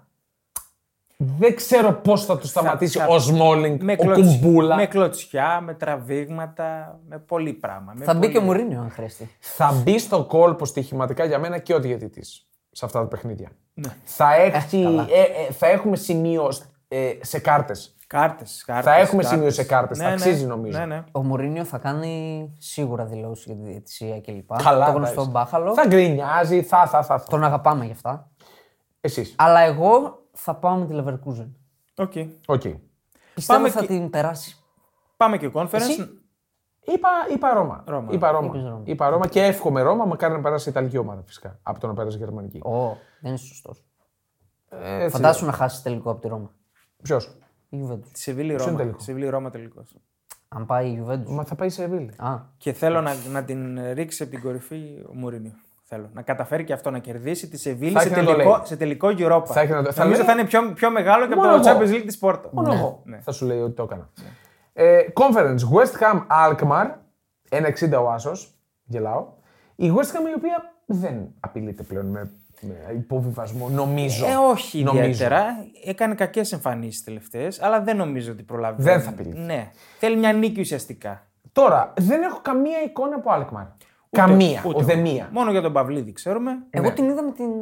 δεν ξέρω πώς θα του σταματήσει θα- ο Σμόλινγκ, Με, ο κλωτσ- Κουμπούλα. με κλωτσιά, με τραβήγματα, με πολύ πράγμα. με Θα μπει πολύ- και ο Μουρίνιο, αν χρειαστεί. θα μπει στο κόλπο στοιχηματικά για μένα και ο διαιτητής σε αυτά τα παιχνίδια. Θα, έχει, ε, ε, θα έχουμε σημείο ε, σε κάρτες. Κάρτες, κάρτες, Θα έχουμε κάρτες. σημείο σε κάρτες. Ναι, θα ναι. αξίζει νομίζω. Ναι, ναι. Ο Μουρίνιο θα κάνει σίγουρα δηλώσεις για τη διαιτησία κλπ. Καλά, το θα γνωστό είσαι. μπάχαλο. Θα γκρινιάζει, θα, θα, θα. θα. Τον αγαπάμε γι' αυτά. Εσείς. Αλλά εγώ θα πάω με τη Leverkusen. Οκ. Οκ. Πιστεύω Πάμε θα και- την περάσει. Πάμε και conference. Είπα, είπα Ρώμα. Ρώμα. Είπα Ρώμα. Είπες Ρώμα. Είπα Ρώμα και εύχομαι Ρώμα, μακάρι να περάσει η Ιταλική ομάδα φυσικά. Από το να περάσει η Γερμανική. Ω, δεν είναι σωστός. Ε, Φαντάσου να χάσεις τελικό από τη Ρώμα. Ποιος. Η Juventus. Σεβίλη είναι Ρώμα. τελικό? Σεβίλη Ρώμα τελικός. Αν πάει η Juventus. Μα θα πάει σε Εβίλη. Α, Και θέλω να, να την ρίξει από την κορυφή ο Μουρίνιο. Θέλω. Να καταφέρει και αυτό να κερδίσει τη Σεβίλη Θα σε έχει να το λέει. τελικό, σε τελικό Europa. Θα έχει να το- θα Νομίζω λέει- θα είναι πιο, πιο μεγάλο και από Μόνο το εγώ. Champions League της Πόρτα. Μόνο εγώ Ναι. θα σου λέει ότι το έκανα. Ε, conference, West Ham Alkmaar, 1,60 ο Άσος, γελάω. Η West Ham η οποία δεν απειλείται πλέον με, με υποβιβασμό, νομίζω. Ε, όχι νομίζω. ιδιαίτερα. Έκανε κακές εμφανίσεις τελευταίες, αλλά δεν νομίζω ότι προλαβαίνει. Δεν θα πειλεί. Ναι. Θέλει μια νίκη ουσιαστικά. Τώρα, δεν έχω καμία εικόνα από Alkmaar. καμία, Ούτε ούτε εγώ. μία. Μόνο για τον Παυλίδη ξέρουμε. εγώ την είδα με την. ε,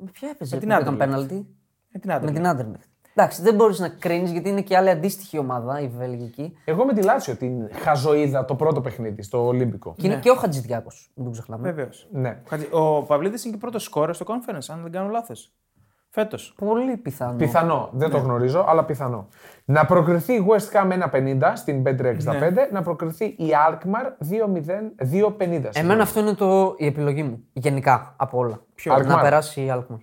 Με ποια έπαιζε. Με την την Ήταν Anderlecht. πέναλτι. Ε, τι να το Με λέω. την Άντερνεχτ. Εντάξει, δεν μπορείς να κρίνεις γιατί είναι και άλλη αντίστοιχη ομάδα, η Βέλγικη. Εγώ με τη Λάτσιο την χαζοίδα το πρώτο παιχνίδι στο Ολύμπικο. Και είναι και ο Χατζηδιάκος. Μην τον ξεχνάμε. Βεβαίως. Ναι. Χατζη- Ο Παυλίδης είναι και πρώτος σκόρερ στο conference, αν δεν κάνω λάθος. Φέτος. Πολύ πιθανό. Πιθανό, δεν Ναι. το γνωρίζω, αλλά πιθανό. Να προκριθεί η West Ham 1,50 στην 5,65, Ναι. να προκριθεί η Alkmaar 2,0, 2,50. Εμένα αυτό είναι το, η επιλογή μου. Γενικά από όλα. Ποιο? Να Alkmaar. περάσει περάσει η Alkmaar.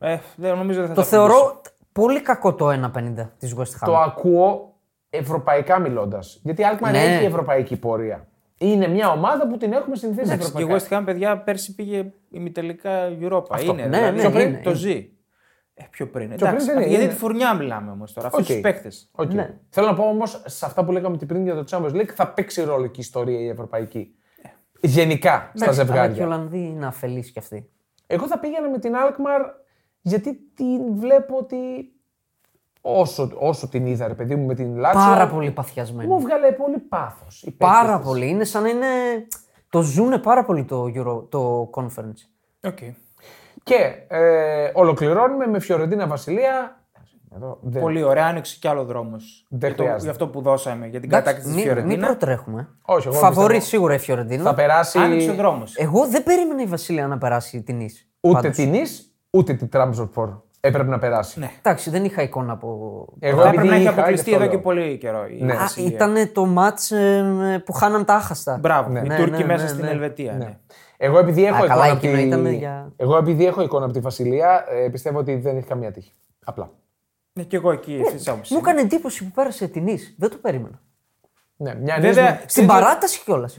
Ε, δεν νομίζω ότι θα Το τα ακολουθήσω. θεωρώ πολύ κακό το 1,50 της West Ham. το ακούω ευρωπαϊκά μιλώντας. Γιατί η Alkmaar Ναι. έχει ευρωπαϊκή πορεία. Είναι μια ομάδα που την έχουμε συνηθίσει Εντάξει, Και η ευρωπαϊκά. West Ham, παιδιά, πέρσι πήγε ημιτελικά Europa. Είναι, Ναι, δηλαδή, ναι, πιο πριν είναι, το είναι. ζει. Ε, πιο πριν. Εντάξει, πριν δεν γιατί είναι. τη φουρνιά μιλάμε όμως τώρα. Αυτούς Οκ. τους παίκτες. Οκ. Ναι. Θέλω να πω όμως σε αυτά που λέγαμε την πριν για το Champions League θα παίξει ρόλο και η ιστορία η ευρωπαϊκή. Γενικά στα Αλλά και οι ζευγάρια. Ολλανδοί είναι αφελείς κι αυτοί. Εγώ θα πήγαινα με την Alkmaar γιατί την βλέπω ότι όσο, όσο την είδα ρε παιδί μου με την Λάτσιο Πάρα πολύ παθιασμένοι. μου βγάλε πολύ πάθος. η Πάρα παίκτες της. πολύ. Είναι σαν να είναι. Το ζουνε πάρα πολύ το, Euro, το conference. Okay. Και ε, ολοκληρώνουμε με Φιωρεντίνα Βασιλεία. Εδώ δεν- Πολύ ωραία, άνοιξε κι άλλο δρόμος. Ε, Δεν χρειάζεται. Γι' αυτό που δώσαμε για την Εντάξει, κατάκτηση της μην, μην Φιωρεντίνα. προτρέχουμε. Όχι, εγώ Φαβορεί πιστεύω. σίγουρα η Φιωρεντίνα. Θα περάσει Άνοιξε ο δρόμος. Εγώ δεν περίμενα η Βασίλεια να περάσει την Ισ. ούτε πάντως. την Ισ, ούτε την Τραμπζορφόρ. Έπρεπε να περάσει. Ναι. Εντάξει, δεν είχα εικόνα από. Εγώ επειδή Θα έπρεπε να έχει είχα, αποκλειστεί γι' αυτό εδώ και λέω. πολύ καιρό. η Ναι. Α, Βασιλεία. ήταν το μάτς ε, που χάναν τα άχαστα. Μπράβο. Ναι. Οι Ναι, Τούρκοι ναι, μέσα ναι, στην ναι. Ελβετία. ναι. Εγώ επειδή, έχω Α, καλά, εικόνα από εκείνο τη... ήταν για- εγώ επειδή έχω εικόνα από τη Βασιλεία, ε, πιστεύω ότι δεν έχει καμία τύχη. Απλά. Ναι, και εγώ εκεί. αυτή τη άποψη Μου είμαι. έκανε εντύπωση που πέρασε την Ισ. Δεν το περίμενα. Ναι, μια νύχτα. Βέβαια, Στην ξέρεις- παράταση κιόλας.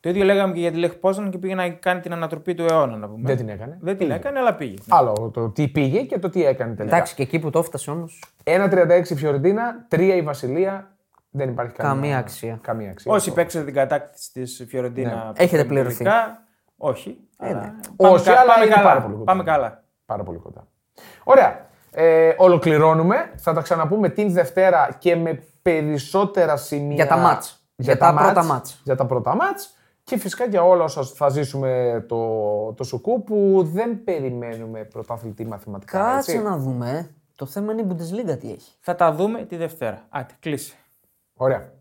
Το ίδιο λέγαμε και για τη Λεχ Πόζαν και πήγε να κάνει την ανατροπή του αιώνα. Να πούμε. Δεν την έκανε. Δεν την έκανε, αλλά πήγε. Άλλο το τι πήγε και το τι έκανε τελικά. Εντάξει, και εκεί που το έφτασε όμως. 1-36 η Φιωρεντίνα, 3 η Βασιλεία. Δεν υπάρχει καμία, Καμία αξία. Καμία αξία. Όσοι παίξατε την κατάκτηση της Φιωρεντίνα. Ναι. Έχετε πληρωθεί. τελικά, Όχι. αλλά ναι. Πάμε, Όχι, κα- αλλά πάμε είναι καλά. πάρα πολύ κοντά. πάμε καλά. Πάρα πολύ κοντά. Ωραία. Ε, ολοκληρώνουμε. Θα τα ξαναπούμε την Δευτέρα και με περισσότερα σημεία. Για τα μάτς. Για τα πρώτα μάτς. Για τα πρώτα μάτς. Και φυσικά για όλα όσα θα ζήσουμε το, το σουκού που δεν περιμένουμε πρωταθλητή μαθηματικά. Κάτσε έτσι. να δούμε. ε. Το θέμα είναι η Bundesliga τι έχει. Θα τα δούμε τη Δευτέρα. Άντε, κλείσε. Ωραία.